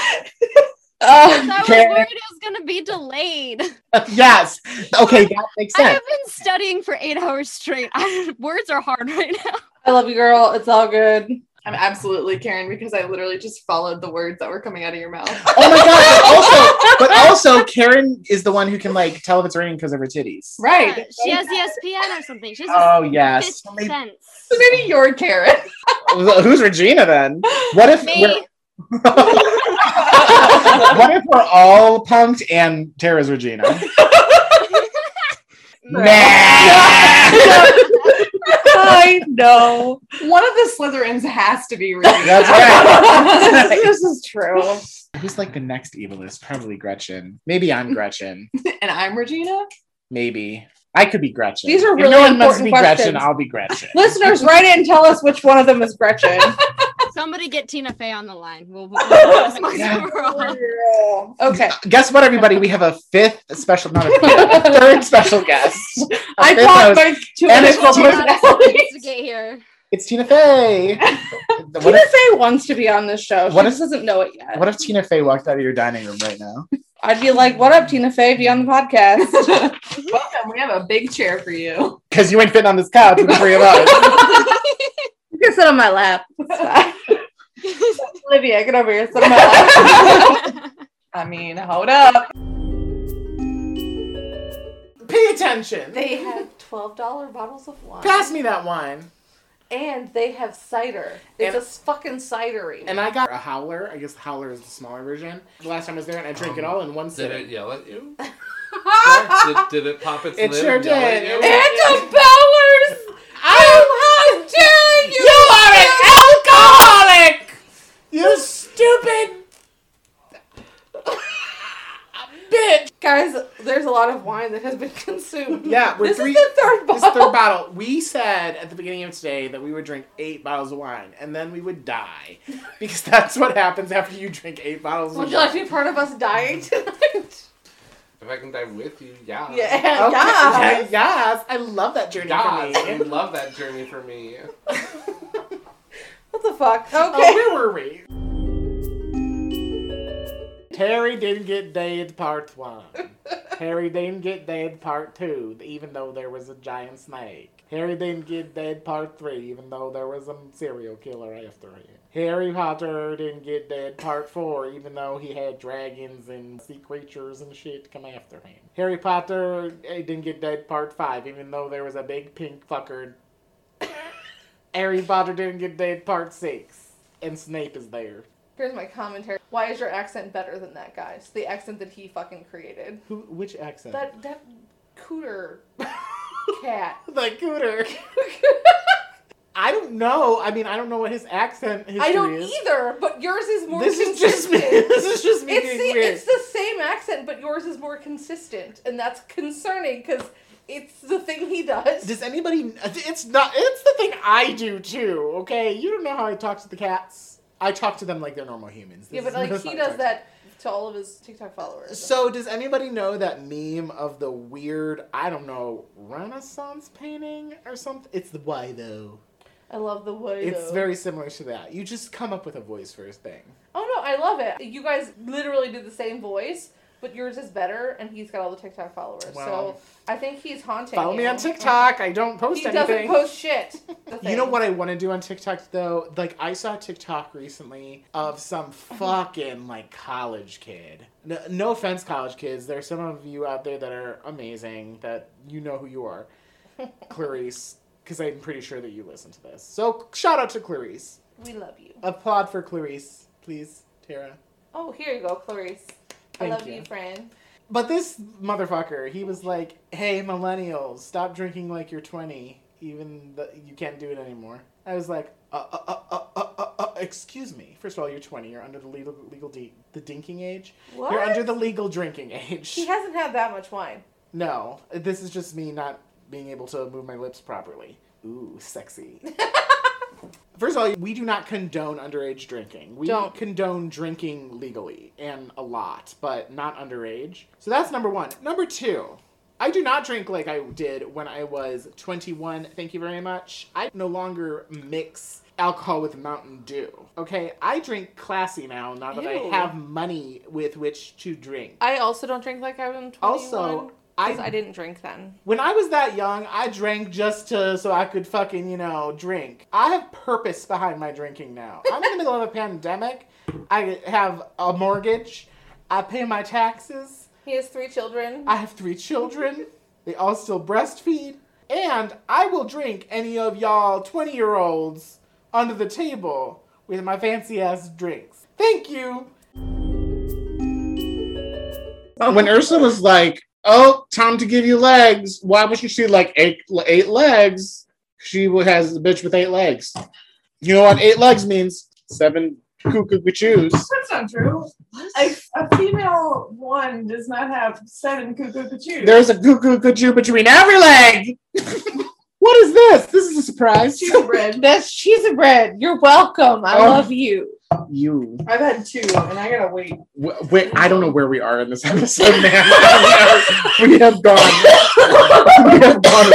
Speaker 5: Um,
Speaker 6: I was
Speaker 5: Karen.
Speaker 6: worried it was going to be delayed.
Speaker 5: yes. Okay, that makes
Speaker 6: I
Speaker 5: sense.
Speaker 6: have been studying for eight hours straight. I, words are hard right now.
Speaker 2: I love you, girl. It's all good.
Speaker 8: I'm absolutely Karen because I literally just followed the words that were coming out of your mouth.
Speaker 5: Oh my god! But also, but also, Karen is the one who can like tell if it's raining because of her titties.
Speaker 8: Right.
Speaker 6: She has ESPN or something. She's
Speaker 1: Uh,
Speaker 6: has
Speaker 5: Oh yes.
Speaker 6: fifth sense.
Speaker 8: So maybe you're Karen.
Speaker 5: Who's Regina then? What if we're,
Speaker 6: Me,
Speaker 5: what if we're all punked and Tara's Regina? nah.
Speaker 8: I know. One of the Slytherins has to be real.
Speaker 5: That's right.
Speaker 8: this is true.
Speaker 5: Who's like the next evilist? Probably Gretchen. Maybe I'm Gretchen.
Speaker 8: And I'm Regina.
Speaker 5: Maybe I could be Gretchen.
Speaker 2: These are
Speaker 5: If
Speaker 2: really
Speaker 5: no one must
Speaker 2: important
Speaker 5: be Gretchen.
Speaker 2: questions.
Speaker 5: I'll be Gretchen.
Speaker 2: Listeners, write in and tell us which one of them is Gretchen.
Speaker 6: somebody get Tina Fey on the line. We'll, we'll, we'll
Speaker 5: Yeah.
Speaker 6: overall.
Speaker 2: Okay.
Speaker 5: Guess what, everybody? We have a fifth special, not a fifth, third special guest. A
Speaker 2: I
Speaker 5: fifth
Speaker 2: bought
Speaker 5: host.
Speaker 2: my two
Speaker 5: And it's
Speaker 2: additional
Speaker 5: Well, what-
Speaker 6: Take out some weeks to get here.
Speaker 5: It's Tina Fey. what,
Speaker 2: Tina
Speaker 5: if,
Speaker 2: Fey wants to be on this show. She
Speaker 5: What
Speaker 2: just
Speaker 5: if-
Speaker 2: doesn't know it yet.
Speaker 5: what if Tina Fey walked out of your dining room right now?
Speaker 2: I'd be like, "What up, Tina Fey? Be on the podcast."
Speaker 8: Welcome. We have a big chair for you.
Speaker 5: Because you ain't fitting on this couch with the three of us.
Speaker 2: you can sit on my lap. It's fine. Olivia, get over here. Sit on my lap.
Speaker 8: I mean, hold up.
Speaker 1: Pay attention.
Speaker 2: they have twelve dollar bottles of wine,
Speaker 1: Pass me that wine.
Speaker 2: and they have cider. It's
Speaker 1: And-
Speaker 2: a fucking cidery.
Speaker 1: And I got a howler. I guess the howler is the smaller version. The last time I was there, and I drank it all in one
Speaker 9: Um, Did
Speaker 1: sitting.
Speaker 9: it yell at you?
Speaker 2: it's
Speaker 9: did, did it pop its
Speaker 1: It
Speaker 9: lid
Speaker 1: sure
Speaker 9: and yell at
Speaker 1: did.
Speaker 9: you?
Speaker 1: It-
Speaker 2: a Bowers. Oh, how dare
Speaker 1: are an alcoholic!
Speaker 2: you!
Speaker 1: You stupid bitch!
Speaker 2: Guys, there's a lot of wine that has been consumed.
Speaker 1: Yeah, we're
Speaker 2: this
Speaker 1: three.
Speaker 2: is the third
Speaker 1: This
Speaker 2: bottle.
Speaker 1: third bottle. We said at the beginning of today that we would drink eight bottles of wine and then we would die. Because that's what happens after you drink eight bottles
Speaker 2: Would
Speaker 1: of
Speaker 2: you like
Speaker 1: wine.
Speaker 2: to be part of us dying tonight?
Speaker 9: If I can die with you, yeah.
Speaker 2: yeah,
Speaker 1: Okay,
Speaker 2: yeah.
Speaker 1: yeah, yes. I love that journey
Speaker 9: God,
Speaker 1: for
Speaker 9: I
Speaker 1: me.
Speaker 9: love that journey for me.
Speaker 2: What the fuck? Okay.
Speaker 1: Oh, where were we? Terry didn't get dead part one. Harry didn't get dead part two, even though there was a giant snake. Harry didn't get dead part three, even though there was a serial killer after him. Harry Potter didn't get dead part four, even though he had dragons and sea creatures and shit come after him. Harry Potter eh, didn't get dead part five, even though there was a big pink fucker. Harry Potter didn't get dead part six, and Snape is there.
Speaker 2: Here's my commentary. Why is your accent better than that guy's? The accent that he fucking created.
Speaker 1: Who? Which accent?
Speaker 2: That that cooter cat.
Speaker 1: the cooter. I don't know. I mean, I don't know what his accent history
Speaker 2: I don't
Speaker 1: is.
Speaker 2: either, but yours is more
Speaker 1: This is just me.
Speaker 2: consistent.
Speaker 1: This is just me being
Speaker 2: it's the,
Speaker 1: weird.
Speaker 2: it's the same accent, but yours is more consistent, and that's concerning because it's the thing he does.
Speaker 1: Does anybody? It's not. It's the thing I do too. Okay, you don't know how I talk to the cats. I talk to them like they're normal humans.
Speaker 2: yeah,
Speaker 1: This
Speaker 2: but
Speaker 1: is-
Speaker 2: like
Speaker 1: this is
Speaker 2: he
Speaker 1: how I talk
Speaker 2: does
Speaker 1: to
Speaker 2: that to all of his TikTok followers.
Speaker 1: So does anybody know that meme of the weird? I don't know Renaissance painting or something. It's the why though.
Speaker 2: I love the way.
Speaker 1: It's
Speaker 2: though.
Speaker 1: very similar to that. You just come up with a voice for a thing.
Speaker 2: Oh no, I love it. You guys literally did the same voice, but yours is better, and he's got all the TikTok followers. So
Speaker 5: Wow.
Speaker 2: I think he's haunting.
Speaker 5: Follow me
Speaker 2: you.
Speaker 5: on TikTok. I don't post
Speaker 2: He
Speaker 5: anything.
Speaker 2: doesn't post shit. The
Speaker 5: You know
Speaker 2: thing.
Speaker 5: what I want to do on TikTok though? Like I saw a TikTok recently of some fucking like college kid. No, no offense, college kids. There's some of you out there that are amazing. That you know who you are, Clarice. Because I'm pretty sure that you listen to this. So shout out to Clarice.
Speaker 2: We love you.
Speaker 5: Applaud for Clarice, please, Tara.
Speaker 2: Oh, here you go, Clarice.
Speaker 5: Thank
Speaker 2: I love
Speaker 5: you.
Speaker 2: you, friend.
Speaker 5: But this motherfucker, he was like, "Hey, millennials, stop drinking like you're 20, even th- you can't do it anymore." I was like, uh, uh, uh, uh, uh, uh, uh, "Excuse me. First of all, you're 20. You're under the legal legal de- the dinking age.
Speaker 2: What?
Speaker 5: You're under the legal drinking age.
Speaker 2: He hasn't had that much wine.
Speaker 5: No, this is just me not being able to move my lips properly. Ooh, sexy." First of all, we do not condone underage drinking. We
Speaker 2: Don't.
Speaker 5: condone drinking legally and a lot, but not underage. So that's number one. Number two, I do not drink like I did when I was 21. Thank you very much. I no longer mix alcohol with Mountain Dew. Okay, I drink classy now, now that I
Speaker 2: Ew.
Speaker 5: have money with which to drink.
Speaker 2: I also don't drink like I'm 21.
Speaker 5: Also,
Speaker 2: 'cause
Speaker 5: I-
Speaker 2: I didn't drink then.
Speaker 5: When I was that young, I drank just to so I could fucking, you know, drink. I have purpose behind my drinking now. I'm in the middle of a pandemic. I have a mortgage. I pay my taxes.
Speaker 2: He has three children.
Speaker 5: I have three children. They all still breastfeed. And I will drink any of y'all 20 year olds under the table with my fancy ass drinks. Thank you.
Speaker 1: Uh, When Ursa was like, "Oh, time to give you legs," why wasn't she like eight eight legs? She has a bitch with eight legs. You know what eight legs means? Seven cuckoo choos.
Speaker 8: That's not true. A, a female one does not have seven cuckoo cuckoos.
Speaker 1: There's a cuckoo cuckoo between every leg. what is this? This is a surprise.
Speaker 8: She's red.
Speaker 6: That's cheese and bread. You're welcome. I
Speaker 1: Oh.
Speaker 6: love you.
Speaker 1: You.
Speaker 8: I've had two, and I gotta wait.
Speaker 1: W- Wait, I don't know where we are in this episode, man. we have gone. we have gone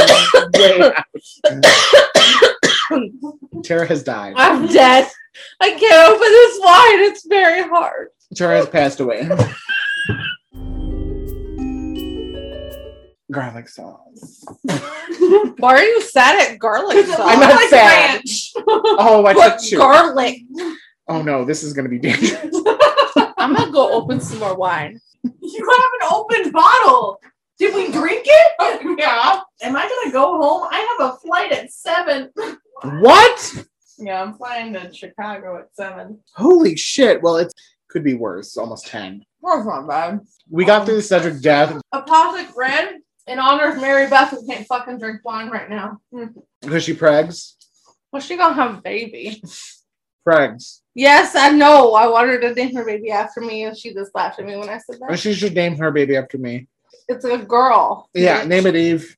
Speaker 1: way out. Tara has died.
Speaker 6: I'm dead. I can't open this wine. It's very hard.
Speaker 1: Tara has passed away. Garlic sauce.
Speaker 6: Why are you sad at garlic
Speaker 1: I'm
Speaker 6: sauce?
Speaker 1: not
Speaker 8: Like
Speaker 1: sad.
Speaker 8: ranch.
Speaker 1: Oh, I took
Speaker 6: But
Speaker 1: two.
Speaker 6: garlic.
Speaker 1: oh no, this is gonna be dangerous.
Speaker 6: I'm gonna go open some more wine.
Speaker 8: You have an open bottle. Did we drink it?
Speaker 1: Yeah.
Speaker 8: Am I gonna go home? I have a flight at seven.
Speaker 1: What?
Speaker 8: Yeah, I'm flying to Chicago at seven.
Speaker 1: Holy shit! Well, it could be worse. Almost ten.
Speaker 8: That's not bad.
Speaker 1: We got through the Cedric death
Speaker 8: Apostolic red in honor of Mary Beth, who can't fucking drink wine right now. Hmm.
Speaker 1: because she pregs.
Speaker 6: Well, she gonna have a baby.
Speaker 1: Pregs.
Speaker 6: Yes, I know. I wanted to name her baby after me, and she just laughed at me when I said
Speaker 1: And
Speaker 6: that.
Speaker 1: she should name her baby after me.
Speaker 6: It's a girl.
Speaker 1: Yeah, name it Eve.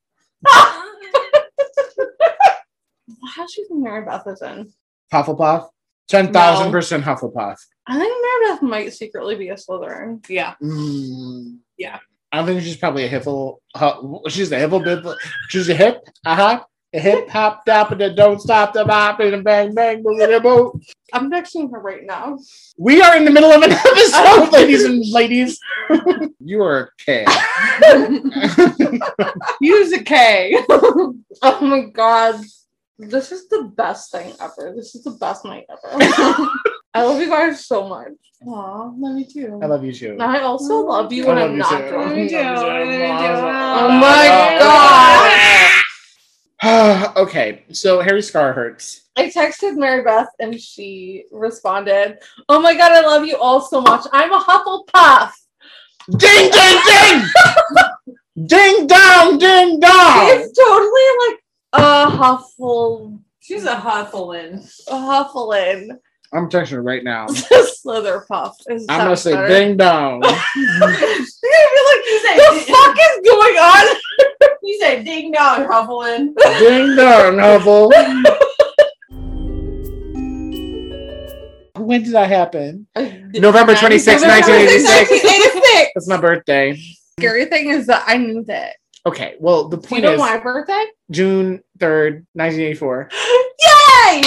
Speaker 6: How she's Mary Beth is in?
Speaker 1: Hufflepuff. Ten thousand percent Hufflepuff.
Speaker 6: I think Mary Beth might secretly be a Slytherin. Yeah.
Speaker 1: Mm.
Speaker 6: Yeah.
Speaker 1: I think she's probably a hiffle. hu- She's a hiffle bit. She's a hip. Uh huh. A hip hop dap and a don't stop the bop and a bang bang boom boom.
Speaker 6: I'm picturing her right now.
Speaker 1: We are in the middle of an episode, ladies and ladies. you are a K.
Speaker 6: Use a K. oh my god. This is the best thing ever. This is the best night ever. I love you guys so much. Aw, love you too.
Speaker 1: I love you too.
Speaker 6: I also love you
Speaker 1: I
Speaker 6: when
Speaker 1: love
Speaker 6: I'm
Speaker 1: you
Speaker 6: not
Speaker 1: too.
Speaker 6: drunk.
Speaker 8: do, what do we do?
Speaker 6: Oh my god!
Speaker 1: okay, so Harry Scar hurts.
Speaker 6: I texted Mary Beth and she responded, Oh my god, I love you all so much. I'm a Hufflepuff.
Speaker 1: Ding ding ding. ding dong ding
Speaker 8: Oh.
Speaker 1: dong.
Speaker 6: It's totally like a Huffle
Speaker 8: She's a huffling.
Speaker 6: a Hufflin.
Speaker 1: I'm texting her right now.
Speaker 6: Slitherpuff is
Speaker 1: I'm gonna
Speaker 6: sounds
Speaker 1: say
Speaker 6: better.
Speaker 1: ding dong.
Speaker 6: You're gonna be like, the fuck is going on?
Speaker 8: You say ding dong, huffling.
Speaker 1: Ding dong, novel. when did that happen? November 26,
Speaker 6: November
Speaker 1: 1986.
Speaker 6: 1986.
Speaker 1: That's my birthday.
Speaker 6: Scary thing is that I knew that.
Speaker 1: Okay, well, the
Speaker 6: Do you
Speaker 1: point
Speaker 6: know
Speaker 1: is
Speaker 6: my birthday?
Speaker 1: June 3rd, 1984.
Speaker 6: Yay!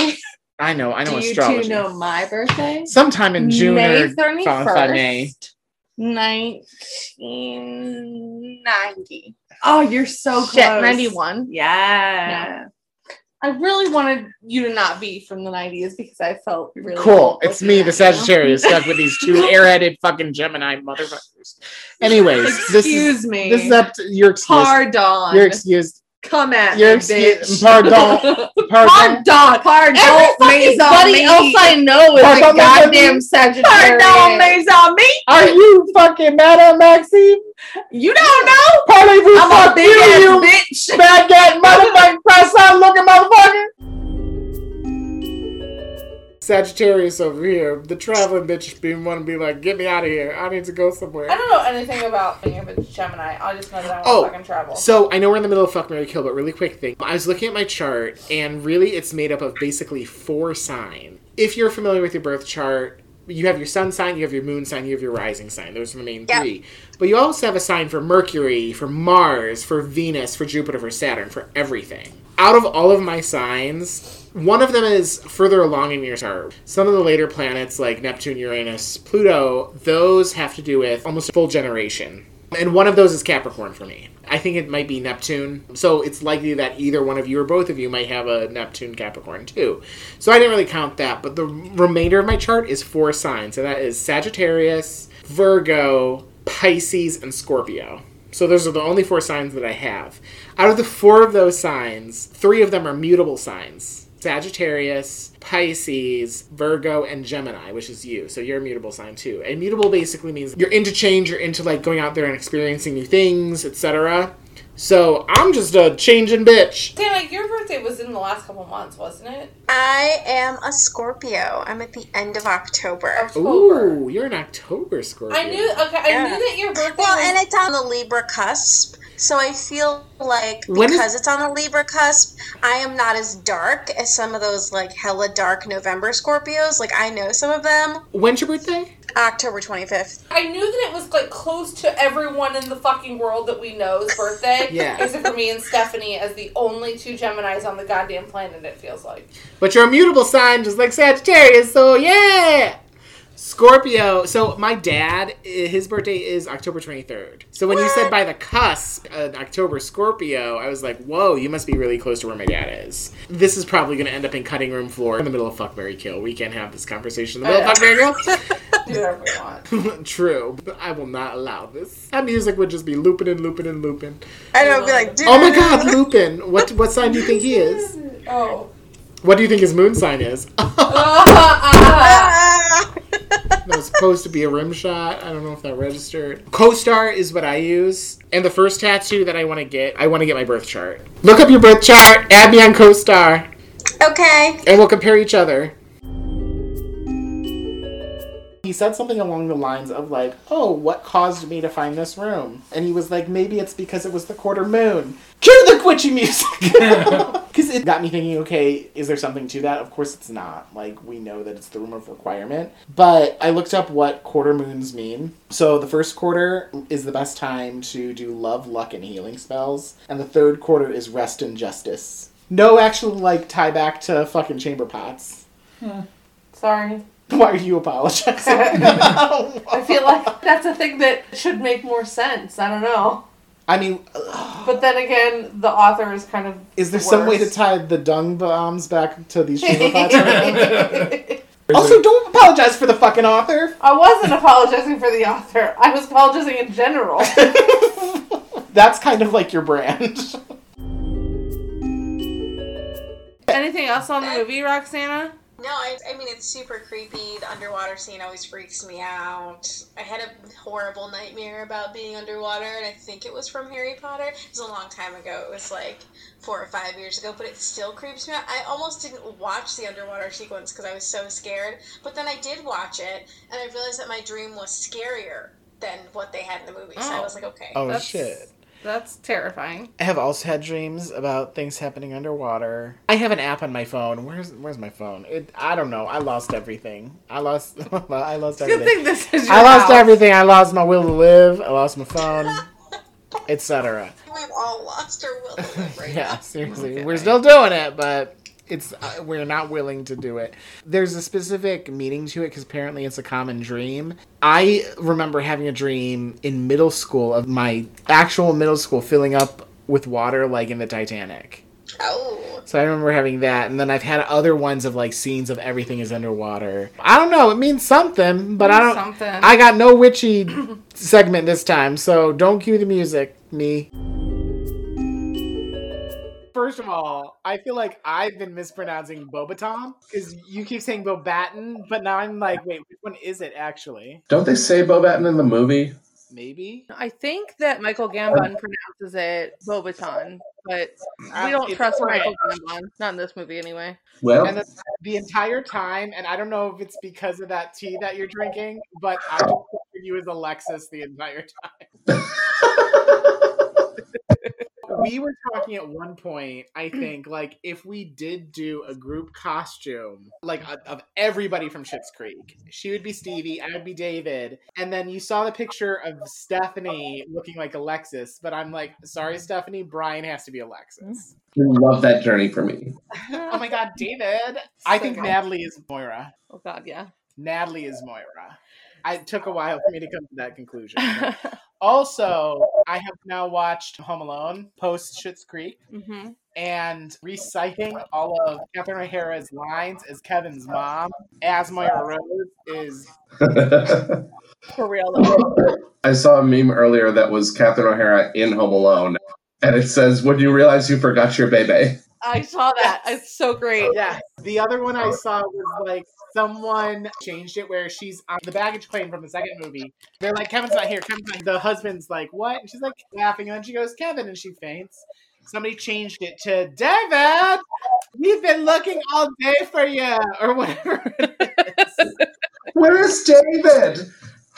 Speaker 1: I know, I know
Speaker 6: Do you
Speaker 1: astrology.
Speaker 6: two know my birthday?
Speaker 1: Sometime in June
Speaker 6: May
Speaker 1: or found by May.
Speaker 6: 31st. 1990.
Speaker 8: Oh, you're so close.
Speaker 6: Shit, 91.
Speaker 8: Yeah.
Speaker 6: I really wanted you to not be from the 90s because I felt really
Speaker 1: Cool. It's
Speaker 6: looking
Speaker 1: me,
Speaker 6: at
Speaker 1: the
Speaker 6: you.
Speaker 1: Sagittarius, stuck with these two airheaded fucking Gemini motherfuckers. Anyways, this is
Speaker 6: Excuse me.
Speaker 1: this is up to your excuse.
Speaker 6: Pardon.
Speaker 1: You're excused.
Speaker 8: Come at
Speaker 1: You're
Speaker 8: me,
Speaker 1: excused.
Speaker 8: bitch.
Speaker 1: Pardon. Pardon.
Speaker 8: Pardon. Pardon.
Speaker 6: Every fucking
Speaker 8: Maison
Speaker 6: buddy
Speaker 8: me.
Speaker 6: else I know is
Speaker 1: Pardon,
Speaker 6: a
Speaker 1: Maison me.
Speaker 6: goddamn Sagittarius.
Speaker 8: Pardon, Maison me.
Speaker 1: Are you fucking mad at Maxine?
Speaker 8: You don't know.
Speaker 1: Party we
Speaker 8: I'm a
Speaker 1: fuck
Speaker 8: big
Speaker 1: you, you
Speaker 8: ass bitch.
Speaker 1: bad cat motherfucking press out looking motherfucker. Sagittarius over here, the traveling bitch being want to be like, get me out of here. I need to go somewhere.
Speaker 2: I don't know anything about being a Gemini. I just know that I want to
Speaker 1: Oh,
Speaker 2: fucking travel.
Speaker 1: So I know we're in the middle of fuck Mary Kill, but really quick thing. I was looking at my chart and really it's made up of basically four sign. If you're familiar with your birth chart, you have your sun sign, you have your moon sign, you have your rising sign. Those are the main
Speaker 4: Yep.
Speaker 1: three. But you also have a sign for Mercury, for Mars, for Venus, for Jupiter, for Saturn, for everything. Out of all of my signs, one of them is further along in your chart. Some of the later planets like Neptune, Uranus, Pluto, those have to do with almost a full generation. And one of those is Capricorn for me. I think it might be Neptune. So it's likely that either one of you or both of you might have a Neptune Capricorn too. So I didn't really count that, but the remainder of my chart is four signs, and that is Sagittarius, Virgo, Pisces, and Scorpio. So those are the only four signs that I have. Out of the four of those signs, three of them are mutable signs. Sagittarius, Pisces, Virgo, and Gemini, which is you. So you're a mutable sign too. And mutable basically means you're into change, you're into like going out there and experiencing new things, etc. So I'm just a changing bitch.
Speaker 2: Dana, your birthday was in the last couple months, wasn't it?
Speaker 4: I am a Scorpio. I'm at the end of October.
Speaker 2: October.
Speaker 1: Ooh, you're an October Scorpio.
Speaker 2: I knew. Okay, I
Speaker 4: Yeah.
Speaker 2: knew that your birthday.
Speaker 4: Well,
Speaker 2: was-
Speaker 4: and it's on the Libra cusp, so I feel like
Speaker 1: When is-
Speaker 4: because it's on the Libra cusp, I am not as dark as some of those like hella dark November Scorpios. Like I know some of them.
Speaker 1: When's your birthday?
Speaker 4: October 25th.
Speaker 2: I knew that it was like close to everyone in the fucking world that we know's birthday.
Speaker 1: Yeah.
Speaker 2: Except for me and Stephanie as the only two Geminis on the goddamn planet, it feels like.
Speaker 1: But you're a mutable sign, just like Sagittarius. So yeah, Scorpio. So my dad, i- his birthday is October 23rd. So when you said by the cusp, an October Scorpio, I was like, whoa, you must be really close to where my dad is. This is probably going to end up in cutting room floor in the middle of fuck Mary kill. We can't have this conversation in the middle of fuck Mary kill.
Speaker 2: Do whatever we want.
Speaker 1: True, but I will not allow this. That music would just be looping and looping and looping.
Speaker 4: I don't be like, dude.
Speaker 1: Oh my God, Lupin! What what sign do you think he is?
Speaker 2: Oh.
Speaker 1: What do you think his moon sign is?
Speaker 4: Ah!
Speaker 1: that was supposed to be a rim shot. I don't know if that registered. CoStar is what I use. And the first tattoo that I want to get, I want to get my birth chart. Look up your birth chart, add me on CoStar,
Speaker 4: okay.
Speaker 1: and we'll compare each other. He said something along the lines of like, "Oh, what caused me to find this room?" And he was like, "Maybe it's because it was the quarter moon." Cue the glitchy music. Because it got me thinking, okay, is there something to that? Of course it's not. Like, we know that it's the room of requirement. But I looked up what quarter moons mean. So, the first quarter is the best time to do love, luck, and healing spells. And the third quarter is rest and justice. No actual, like, tie back to fucking chamber pots.
Speaker 2: Sorry.
Speaker 1: Why are you apologizing?
Speaker 2: I feel like that's a thing that should make more sense. I don't know.
Speaker 1: I mean, uh,
Speaker 2: But then again, the author is kind of.
Speaker 1: is there some way to
Speaker 2: worse.
Speaker 1: tie the dung bombs back to these chamber pots? also, don't apologize for the fucking author.
Speaker 2: I wasn't apologizing for the author. I was apologizing in general.
Speaker 1: That's kind of like your brand.
Speaker 2: Anything else on the movie, Roxana?
Speaker 4: No, I, I mean it's super creepy. The underwater scene always freaks me out. I had a horrible nightmare about being underwater, and I think it was from Harry Potter. It was a long time ago. It was like four or five years ago, but it still creeps me out. I almost didn't watch the underwater sequence because I was so scared. But then I did watch it, and I realized that my dream was scarier than what they had in the movie. So I
Speaker 2: Oh.
Speaker 4: was like, okay.
Speaker 1: Oh
Speaker 2: That's-
Speaker 1: shit.
Speaker 2: That's terrifying.
Speaker 1: I have also had dreams about things happening underwater. I have an app on my phone. Where's where's my phone? It, I don't know. I lost everything. I lost I lost
Speaker 2: Good
Speaker 1: everything.
Speaker 2: thing this is your
Speaker 1: I lost
Speaker 2: house.
Speaker 1: everything. I lost my will to live. I lost my phone, etc.
Speaker 4: We've all lost our will to live right
Speaker 1: Yeah, seriously.
Speaker 2: Okay.
Speaker 1: We're still doing it, but it's uh, we're not willing to do it. There's a specific meaning to it because apparently it's a common dream. I remember having a dream in middle school of my actual middle school filling up with water like in the Titanic.
Speaker 4: Oh,
Speaker 1: So I remember having that, and then I've had other ones of like scenes of everything is underwater. I don't know. It means something, but I don't.
Speaker 2: Something.
Speaker 1: I got no witchy segment this time, so don't cue the music, me. First of all, I feel like I've been mispronouncing Bobaton because you keep saying Bobaton, but now I'm like, wait, which one is it actually?
Speaker 7: Don't they say Bobaton in the movie?
Speaker 1: Maybe.
Speaker 2: I think that Michael Gambon pronounces it Bobaton, but we don't
Speaker 1: It's
Speaker 2: trust
Speaker 1: right.
Speaker 2: Michael Gambon. Not in this movie, anyway.
Speaker 7: Well,
Speaker 1: And the, the entire time, and I don't know if it's because of that tea that you're drinking, but I just pictured you as Alexis the entire time. we were talking at one point i think like if we did do a group costume like of- of everybody from Schitt's creek she would be stevie i would be david and then you saw the picture of stephanie looking like alexis but i'm like sorry stephanie brian has to be alexis
Speaker 7: you love that journey for me.
Speaker 1: oh my god david i think
Speaker 2: So good.
Speaker 1: natalie is moira
Speaker 2: Oh God, yeah.
Speaker 1: natalie is moira I it took a while for me to come to that conclusion
Speaker 2: Mm-hmm.
Speaker 1: also i have now watched home alone post Schitt's creek
Speaker 2: hmm
Speaker 1: and reciting all of Catherine O'Hara's lines as Kevin's mom, as Moira Rose, is
Speaker 2: For real though.
Speaker 7: I saw a meme earlier that was Catherine O'Hara in Home Alone, and it says, "Would you realize you forgot your baby?"
Speaker 2: I saw that.
Speaker 1: Yes.
Speaker 2: It's so great.
Speaker 1: yeah. The other one I saw was like someone changed it where she's on the baggage claim from the second movie. They're like, Kevin's not here. Kevin's not. here." The husband's like, what? And she's like laughing, and then she goes, Kevin, and she faints. Somebody changed it to David. We've been looking all day for you, or whatever.
Speaker 7: Where is David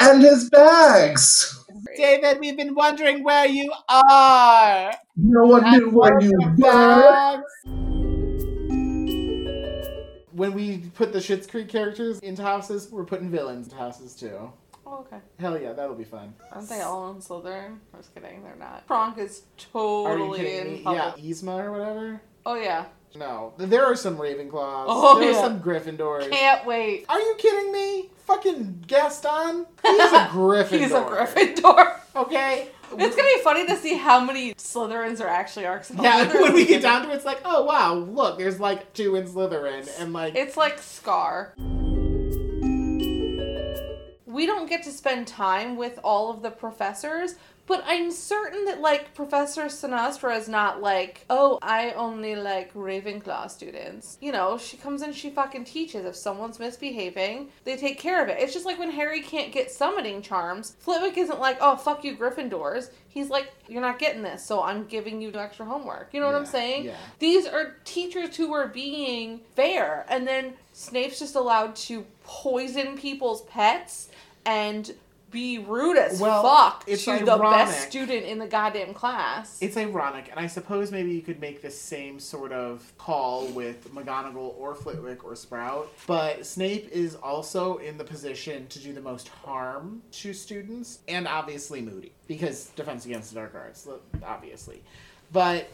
Speaker 7: and his bags?
Speaker 1: David, we've been wondering where you are.
Speaker 7: No one knew where you were.
Speaker 1: When we put the Schitt's Creek characters into houses, we're putting villains into houses too.
Speaker 2: Oh, okay.
Speaker 1: Hell yeah, that'll be fun.
Speaker 2: Aren't they all in Slytherin? I was kidding. They're not. Kronk is totally in public.
Speaker 1: Yeah, Yzma or whatever.
Speaker 2: Oh yeah.
Speaker 1: No, there are some Ravenclaws.
Speaker 2: Oh,
Speaker 1: there
Speaker 2: yeah.
Speaker 1: are some Gryffindors.
Speaker 2: Can't wait.
Speaker 1: Are you kidding me? Fucking Gaston? He's a Gryffindor.
Speaker 2: He's a Gryffindor.
Speaker 1: Okay.
Speaker 2: It's gonna be funny to see how many Slytherins are actually arcs.
Speaker 1: yeah, when we get down to it, it's like, oh wow, look, there's like two in Slytherin, and like
Speaker 2: It's like Scar. We don't get to spend time with all of the professors, but I'm certain that like Professor Sinastra is not like, oh, I only like Ravenclaw students. You know, she comes in, she fucking teaches. If someone's misbehaving, they take care of it. It's just like when Harry can't get summoning charms, Flitwick isn't like, oh fuck you, Gryffindors. He's like, you're not getting this, so I'm giving you extra homework. You know what I'm
Speaker 1: Yeah,
Speaker 2: saying?
Speaker 1: yeah.
Speaker 2: These are teachers who are being fair, and then Snape's just allowed to poison people's pets and be rude as
Speaker 1: Well,
Speaker 2: fuck
Speaker 1: it's
Speaker 2: to the
Speaker 1: ironic.
Speaker 2: best student in the goddamn class.
Speaker 1: It's ironic, and I suppose maybe you could make the same sort of call with McGonagall or Flitwick or Sprout, but Snape is also in the position to do the most harm to students, and obviously Moody, because Defense Against the Dark Arts, l- obviously. But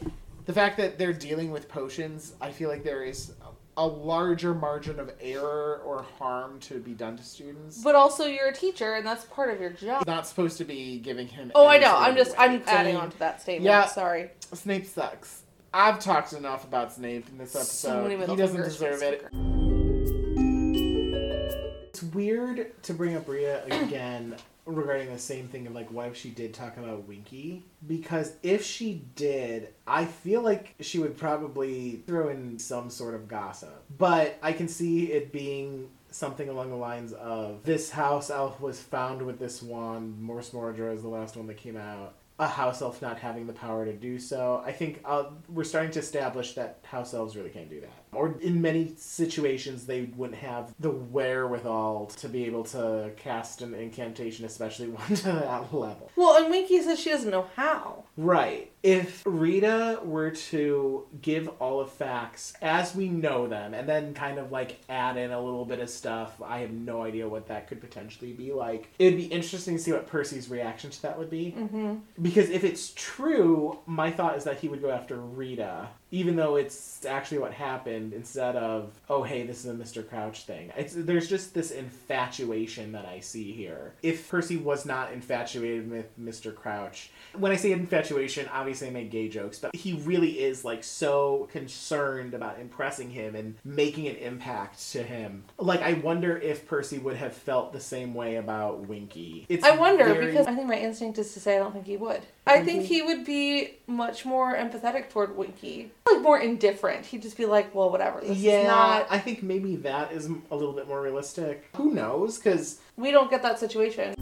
Speaker 1: the fact that they're dealing with potions, I feel like there is a larger margin of error or harm to be done to students.
Speaker 2: but also, you're a teacher, and that's part of your job.
Speaker 1: It's not supposed to be giving him.
Speaker 2: Oh, I
Speaker 1: any
Speaker 2: know.
Speaker 1: sort
Speaker 2: I'm
Speaker 1: of
Speaker 2: just I'm
Speaker 1: weight.
Speaker 2: adding
Speaker 1: So-
Speaker 2: on to that statement.
Speaker 1: Yeah.
Speaker 2: Sorry.
Speaker 1: Snape sucks. I've talked enough about Snape in this
Speaker 2: So
Speaker 1: episode.
Speaker 2: many middle
Speaker 1: he doesn't
Speaker 2: fingers for
Speaker 1: deserve it.
Speaker 2: Snicker.
Speaker 1: It's weird to bring up Rhea again regarding the same thing of like what if she did talk about Winky? Because if she did, I feel like she would probably throw in some sort of gossip. But I can see it being something along the lines of this house elf was found with this wand. Morse Mordra is the last one that came out. A house elf not having the power to do so. I think uh, we're starting to establish that house elves really can't do that. Or in many situations, they wouldn't have the wherewithal to be able to cast an incantation, especially one to that level.
Speaker 2: Well, and Winky says she doesn't know how.
Speaker 1: Right. If Rita were to give all of facts as we know them and then kind of like add in a little bit of stuff, I have no idea what that could potentially be like. It'd be interesting to see what Percy's reaction to that would be.
Speaker 2: Mm-hmm.
Speaker 1: Because if it's true, my thought is that he would go after Rita even though it's actually what happened, instead of oh hey this is a Mr. Crouch thing. It's, there's just this infatuation that I see here. If Percy was not infatuated with Mr. Crouch, when I say infatuation, obviously I make gay jokes, but he really is like so concerned about impressing him and making an impact to him. Like I wonder if Percy would have felt the same way about Winky. It's
Speaker 2: I wonder
Speaker 1: very-
Speaker 2: because I think my instinct is to say I don't think he would. I think he would be much more empathetic toward Winky, like more indifferent. He'd just be like, well, whatever. This
Speaker 1: yeah,
Speaker 2: is not.
Speaker 1: I think maybe that is a little bit more realistic. Who knows? Because
Speaker 2: We don't get that situation.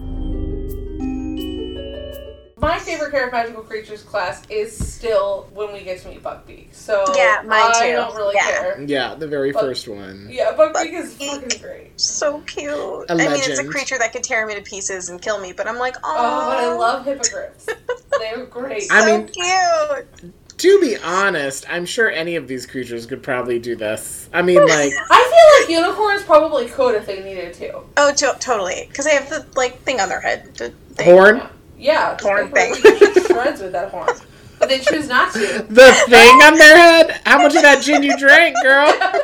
Speaker 2: My favorite Care of Magical Creatures class is still when we get to meet Buckbeak. So
Speaker 4: Yeah, mine
Speaker 2: I
Speaker 4: too.
Speaker 2: don't really
Speaker 4: Yeah.
Speaker 2: care.
Speaker 10: Yeah, the very
Speaker 2: But-
Speaker 10: first one.
Speaker 2: Yeah, Buckbeak is
Speaker 4: Buckbeak.
Speaker 2: fucking great.
Speaker 4: So cute. I mean, it's a
Speaker 10: legend.
Speaker 4: creature that could tear me to pieces and kill me, but I'm like, oh,
Speaker 2: Oh, but I love hippogriffs. They're great.
Speaker 4: So
Speaker 10: I mean-
Speaker 4: cute.
Speaker 10: To be honest, I'm sure any of these creatures could probably do this. I mean, like,
Speaker 2: I feel like unicorns probably could if they needed to.
Speaker 4: Oh, to- totally. Because they have the like thing on their head. The thing.
Speaker 10: horn?
Speaker 2: Yeah,
Speaker 4: Horn
Speaker 2: they
Speaker 4: thing.
Speaker 2: probably could shreds with that horn, but they choose not to.
Speaker 10: The thing on their head? How much of that gin you drank, girl?
Speaker 4: You told me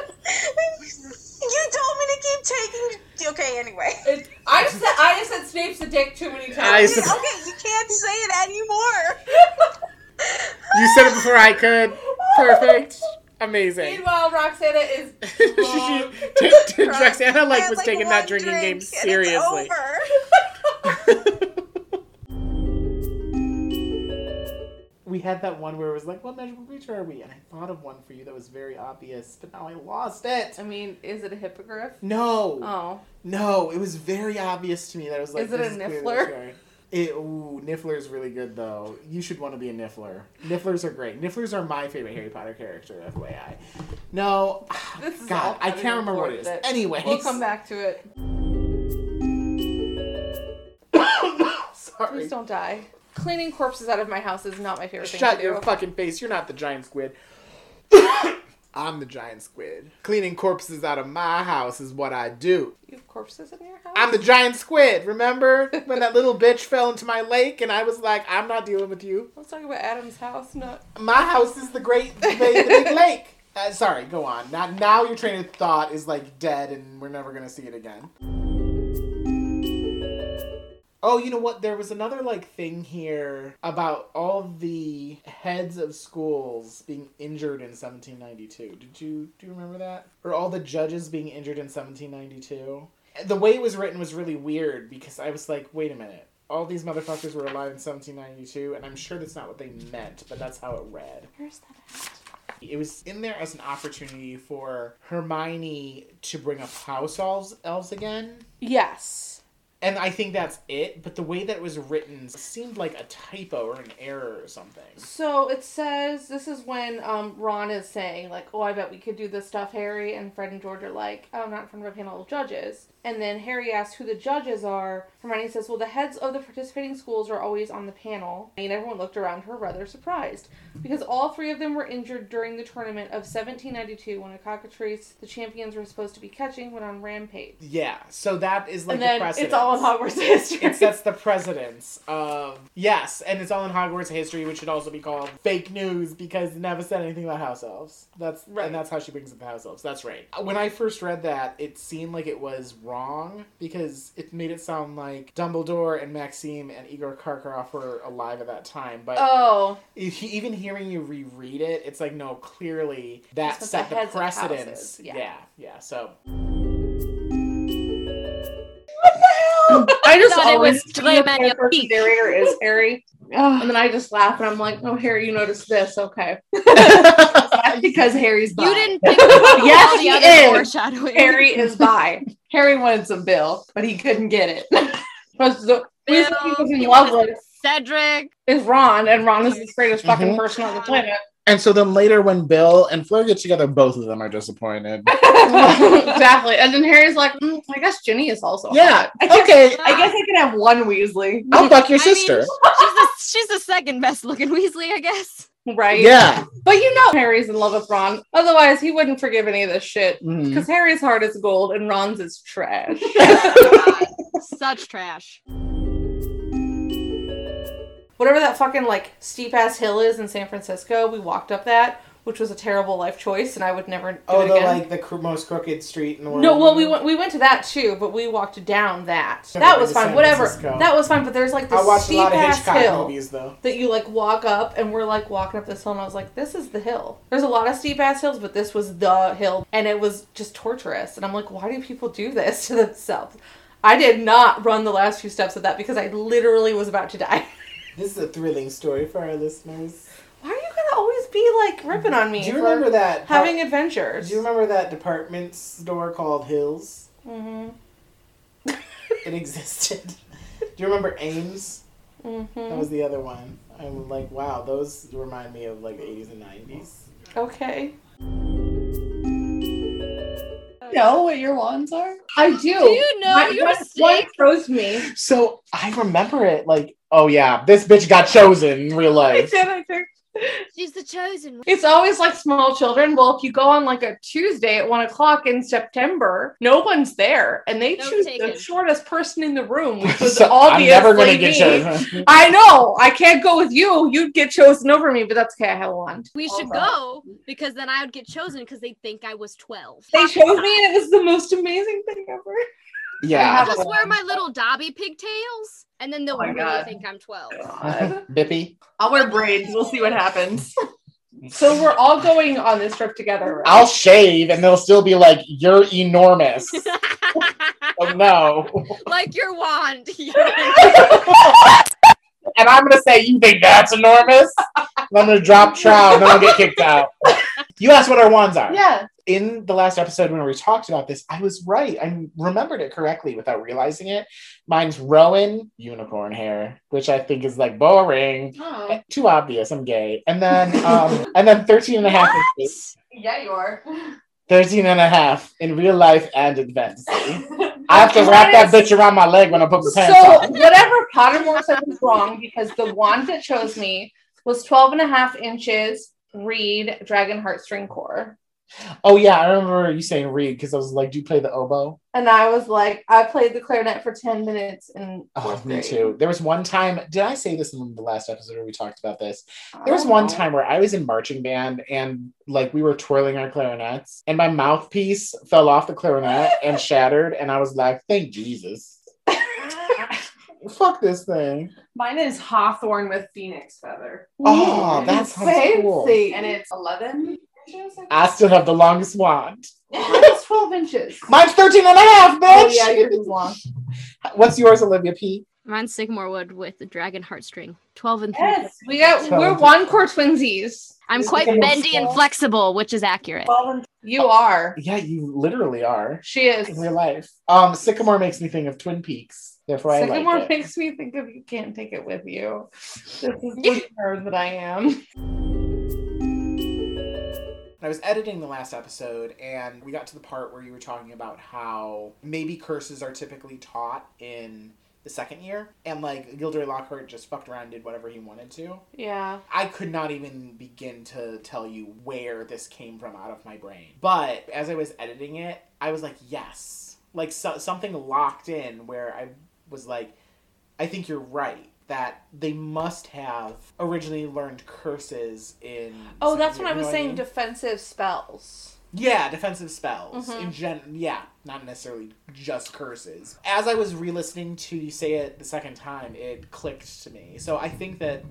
Speaker 4: to keep taking. Okay, anyway.
Speaker 2: It, I just said I just said Snape's a dick too many
Speaker 10: I
Speaker 2: times.
Speaker 10: said-
Speaker 4: okay, you can't say it anymore.
Speaker 10: You said it before I could. Perfect. Amazing.
Speaker 2: Meanwhile, Roxana is
Speaker 10: She- T- T- Roxana like was taking that drinking game seriously.
Speaker 1: we had that one where it was like, what magical creature are we? And I thought of one for you that was very obvious, but now I lost it.
Speaker 2: I mean, is it a hippogriff?
Speaker 1: No,
Speaker 2: Oh,
Speaker 1: no, it was very obvious to me that I was like,
Speaker 2: Is it
Speaker 1: this
Speaker 2: a
Speaker 1: clearly
Speaker 2: niffler?
Speaker 1: Sharon. It, ooh, Niffler's really good though. You should want to be a Niffler. Nifflers are great. Nifflers are my favorite Harry Potter character, FYI. No,
Speaker 2: this is
Speaker 1: God,
Speaker 2: all
Speaker 1: I can't remember what it is.
Speaker 2: unimportant.
Speaker 1: Anyway,
Speaker 2: We'll come back to it.
Speaker 1: Sorry.
Speaker 2: Please don't die. Cleaning corpses out of my house is not my favorite thing
Speaker 1: Shut
Speaker 2: to do.
Speaker 1: your fucking face. You're not the giant squid. I'm the giant squid. Cleaning corpses out of my house is what I do.
Speaker 2: you have corpses in your house?
Speaker 1: I'm the giant squid. Remember when that little bitch fell into my lake and I was like, I'm not dealing with you.
Speaker 2: Let's talk about Adam's house, not
Speaker 1: My house is the great, the, big- the big lake. Uh, sorry, go on. Now, now your train of thought is like dead and we're never gonna see it again. Oh, you know what? There was another like thing here about all the heads of schools being injured in 1792. Did you do you remember that? Or all the judges being injured in 1792? The way it was written was really weird because I was like, wait a minute. All these motherfuckers were alive in 1792, and I'm sure that's not what they meant, but that's how it read.
Speaker 2: Where's that at?
Speaker 1: It was in there as an opportunity for Hermione to bring up house elves, elves again.
Speaker 2: Yes.
Speaker 1: And I think that's it, but the way that it was written seemed like a typo or an error or something.
Speaker 2: So it says this is when um, Ron is saying like, "Oh, I bet we could do this stuff, Harry." And Fred and George are like, "Oh, not in front of a panel of judges." And then Harry asks who the judges are. Hermione says, "Well, the heads of the participating schools are always on the panel." And everyone looked around her rather surprised because all three of them were injured during the tournament of 1792 when a cockatrice the champions were supposed to be catching went on rampage.
Speaker 1: Yeah, so that is like
Speaker 2: and
Speaker 1: the
Speaker 2: then
Speaker 1: precedent.
Speaker 2: it's all in Hogwarts history.
Speaker 1: It sets the precedence of yes, and it's all in Hogwarts history, which should also be called fake news because it never said anything about house elves. That's
Speaker 2: Right.
Speaker 1: and that's how she brings up the house elves. That's right. When I first read that, it seemed like it was wrong because it made it sound like Dumbledore and Maxime and Igor Karkaroff were alive at that time. But
Speaker 2: oh,
Speaker 1: if he, even hearing you reread it, it's like no, clearly that
Speaker 2: That's what
Speaker 1: set
Speaker 2: the
Speaker 1: the,
Speaker 2: heads of
Speaker 1: precedence.
Speaker 2: houses, yeah.
Speaker 1: yeah, yeah. So
Speaker 6: I just
Speaker 11: thought it
Speaker 6: always
Speaker 11: was
Speaker 6: to
Speaker 11: Glam
Speaker 6: be
Speaker 11: at
Speaker 6: a
Speaker 11: your
Speaker 6: person
Speaker 11: peak.
Speaker 6: narrator is Harry, and then I just laugh and I'm like, "Oh, Harry, you noticed this? Okay, That's because Harry's bi.
Speaker 11: You didn't pick up on
Speaker 6: Yes,
Speaker 11: all the
Speaker 6: he
Speaker 11: other
Speaker 6: is.
Speaker 11: foreshadowing.
Speaker 6: Harry is bi. Harry wanted some Bill, but he couldn't get it. Because the reason he was in
Speaker 11: Bill,
Speaker 6: love with
Speaker 11: Cedric.
Speaker 6: is Ron, and Ron is the greatest fucking
Speaker 10: Mhm.
Speaker 6: person on the planet.
Speaker 10: And so then later, when Bill and Fleur get together, both of them are disappointed.
Speaker 6: exactly. And then Harry's like, "Mm, I guess Ginny is also.
Speaker 10: Yeah.
Speaker 6: I guess,
Speaker 10: Okay.
Speaker 6: I guess I could have one Weasley.
Speaker 10: I'll fuck your
Speaker 11: I mean-
Speaker 10: sister.
Speaker 11: She's the, she's the second best looking Weasley, I guess.
Speaker 6: Right?
Speaker 10: yeah.
Speaker 6: But you know Harry's in love with Ron. Otherwise, he wouldn't forgive any of this shit.
Speaker 1: Mm-hmm.
Speaker 10: Mhm.
Speaker 6: Because Harry's heart is gold and Ron's is trash.
Speaker 11: Such trash.
Speaker 2: whatever that fucking like steep ass hill is in San Francisco, we walked up that. which was a terrible life choice, and I would never do
Speaker 1: Oh,
Speaker 2: it
Speaker 1: the
Speaker 2: again.
Speaker 1: like the cr- most crooked street in the world.
Speaker 2: No, well, we went we went to that too, but we walked down that.
Speaker 1: Never
Speaker 2: That
Speaker 1: been
Speaker 2: was
Speaker 1: to
Speaker 2: fine.
Speaker 1: San
Speaker 2: Whatever.
Speaker 1: Francisco.
Speaker 2: That was fine. But there's like
Speaker 1: I
Speaker 2: this
Speaker 1: watched a
Speaker 2: steep
Speaker 1: lot of
Speaker 2: ass
Speaker 1: Hitchcock
Speaker 2: hill
Speaker 1: movies though.
Speaker 2: that you like walk up, and we're like walking up this hill, and I was like, "This is the hill." There's a lot of steep ass hills, but this was the hill, and it was just torturous. And I'm like, "Why do people do this to themselves?" I did not run the last few steps of that because I literally was about to die.
Speaker 1: This is a thrilling story for our listeners.
Speaker 2: Why are you gonna always be like ripping on me?
Speaker 1: Do you
Speaker 2: for
Speaker 1: remember that? par-
Speaker 2: having adventures?
Speaker 1: Do you remember that department store called Hills?
Speaker 2: hmm
Speaker 1: It existed. Do you remember Ames?
Speaker 2: Mm-hmm,
Speaker 1: That was the other one. I'm like, wow, those remind me of like the 80s and 90s.
Speaker 2: Okay.
Speaker 8: know what your wands are?
Speaker 6: I do.
Speaker 11: Do you know
Speaker 6: My-
Speaker 11: your
Speaker 6: my- one
Speaker 11: mistake?
Speaker 6: chose me.
Speaker 1: So I remember it like, oh yeah, this bitch got chosen in real life.
Speaker 11: She's the chosen one.
Speaker 6: It's always like small children. Well, if you go on like a Tuesday at one o'clock in September, no one's there, and they
Speaker 11: No
Speaker 6: choose
Speaker 11: taken.
Speaker 6: the shortest person in the room, which was
Speaker 1: So I'm
Speaker 6: obviously
Speaker 1: never gonna
Speaker 6: me.
Speaker 1: get chosen.
Speaker 6: I know. I can't go with you. You'd get chosen over me, but that's okay. I have a wand.
Speaker 11: We should go because then I would get chosen because they think I was 12.
Speaker 6: They chose me, and it was the most amazing thing ever.
Speaker 1: yeah.
Speaker 11: I'll just wear my little Dobby pigtails and then they'll
Speaker 8: Oh my
Speaker 11: really
Speaker 8: God.
Speaker 11: think I'm 12.
Speaker 1: Bippy.
Speaker 8: I'll wear braids. We'll see what happens.
Speaker 6: So we're all going on this trip together. Right?
Speaker 1: I'll shave and they'll still be like, you're enormous. oh no.
Speaker 11: like your wand. You're-
Speaker 1: And I'm gonna say, you think that's enormous? And I'm gonna drop trout and then I'll get kicked out. You asked what our wands are.
Speaker 6: yeah.
Speaker 1: in the last episode when we talked about this, I was right. I remembered it correctly without realizing it. Mine's Rowan unicorn hair, which I think is like boring. Eh,
Speaker 6: Oh.
Speaker 1: Too obvious, I'm gay. And then um and then 13 and a half inches.
Speaker 8: Yeah, you are.
Speaker 1: 13 and a half in real life and in fantasy. I have to wrap that bitch around my leg when I put the pants
Speaker 6: So
Speaker 1: on.
Speaker 6: whatever Pottermore said was wrong because the wand that chose me was 12 and a half inches reed dragon heartstring core.
Speaker 1: Oh yeah, I remember you saying read because I was like, Do you play the oboe?
Speaker 6: And I was like, I played the clarinet for 10 minutes and
Speaker 1: Oh, me too. There was one time, did I say this in the last episode where we talked about this? There was
Speaker 6: Oh.
Speaker 1: one time where I was in marching band and like we were twirling our clarinets and my mouthpiece fell off the clarinet and shattered and I was like, thank Jesus. Fuck this thing.
Speaker 8: Mine is Hawthorn with Phoenix Feather.
Speaker 1: Oh, that sounds cool. Uh,
Speaker 8: And it's 11 inches. I
Speaker 1: I still have the longest wand.
Speaker 6: That's 12 inches.
Speaker 1: Mine's 13 and a half, bitch.
Speaker 6: Oh, yeah, yours is long.
Speaker 1: What's yours, Olivia P?
Speaker 11: Mine's Sigmar Wood with the dragon heartstring. 12 and 3.
Speaker 8: Yes,
Speaker 6: We got we're one core twinsies.
Speaker 11: I'm
Speaker 1: Is
Speaker 11: quite
Speaker 1: it a
Speaker 11: bendy and
Speaker 1: skull?
Speaker 11: flexible, which is accurate.
Speaker 8: 12 and
Speaker 1: Oh.
Speaker 6: You are.
Speaker 1: Yeah, you literally are
Speaker 6: She is.
Speaker 1: in real life. Um, Sycamore makes me think of Twin Peaks. Therefore, I
Speaker 6: Sycamore
Speaker 1: like it.
Speaker 6: makes me think of you can't take it with you. This is the nerd that I am.
Speaker 1: I was editing the last episode and we got to the part where you were talking about how maybe curses are typically taught in the second year and like Gilderoy Lockhart just fucked around and did whatever he wanted to.
Speaker 2: Yeah.
Speaker 1: I could not even begin to tell you where this came from out of my brain. But as I was editing it, I was like, yes. Like so- something locked in where I was like, I think you're right that they must have originally learned curses in.
Speaker 2: Oh,
Speaker 1: second
Speaker 2: that's
Speaker 1: year,
Speaker 2: what I
Speaker 1: you
Speaker 2: was
Speaker 1: know
Speaker 2: saying.
Speaker 1: mean?
Speaker 2: Defensive spells.
Speaker 1: Yeah, defensive spells
Speaker 2: Mhm.
Speaker 1: in gen. Yeah, not necessarily just curses. As I was re-listening to you say it the second time, it clicked to me. So I think that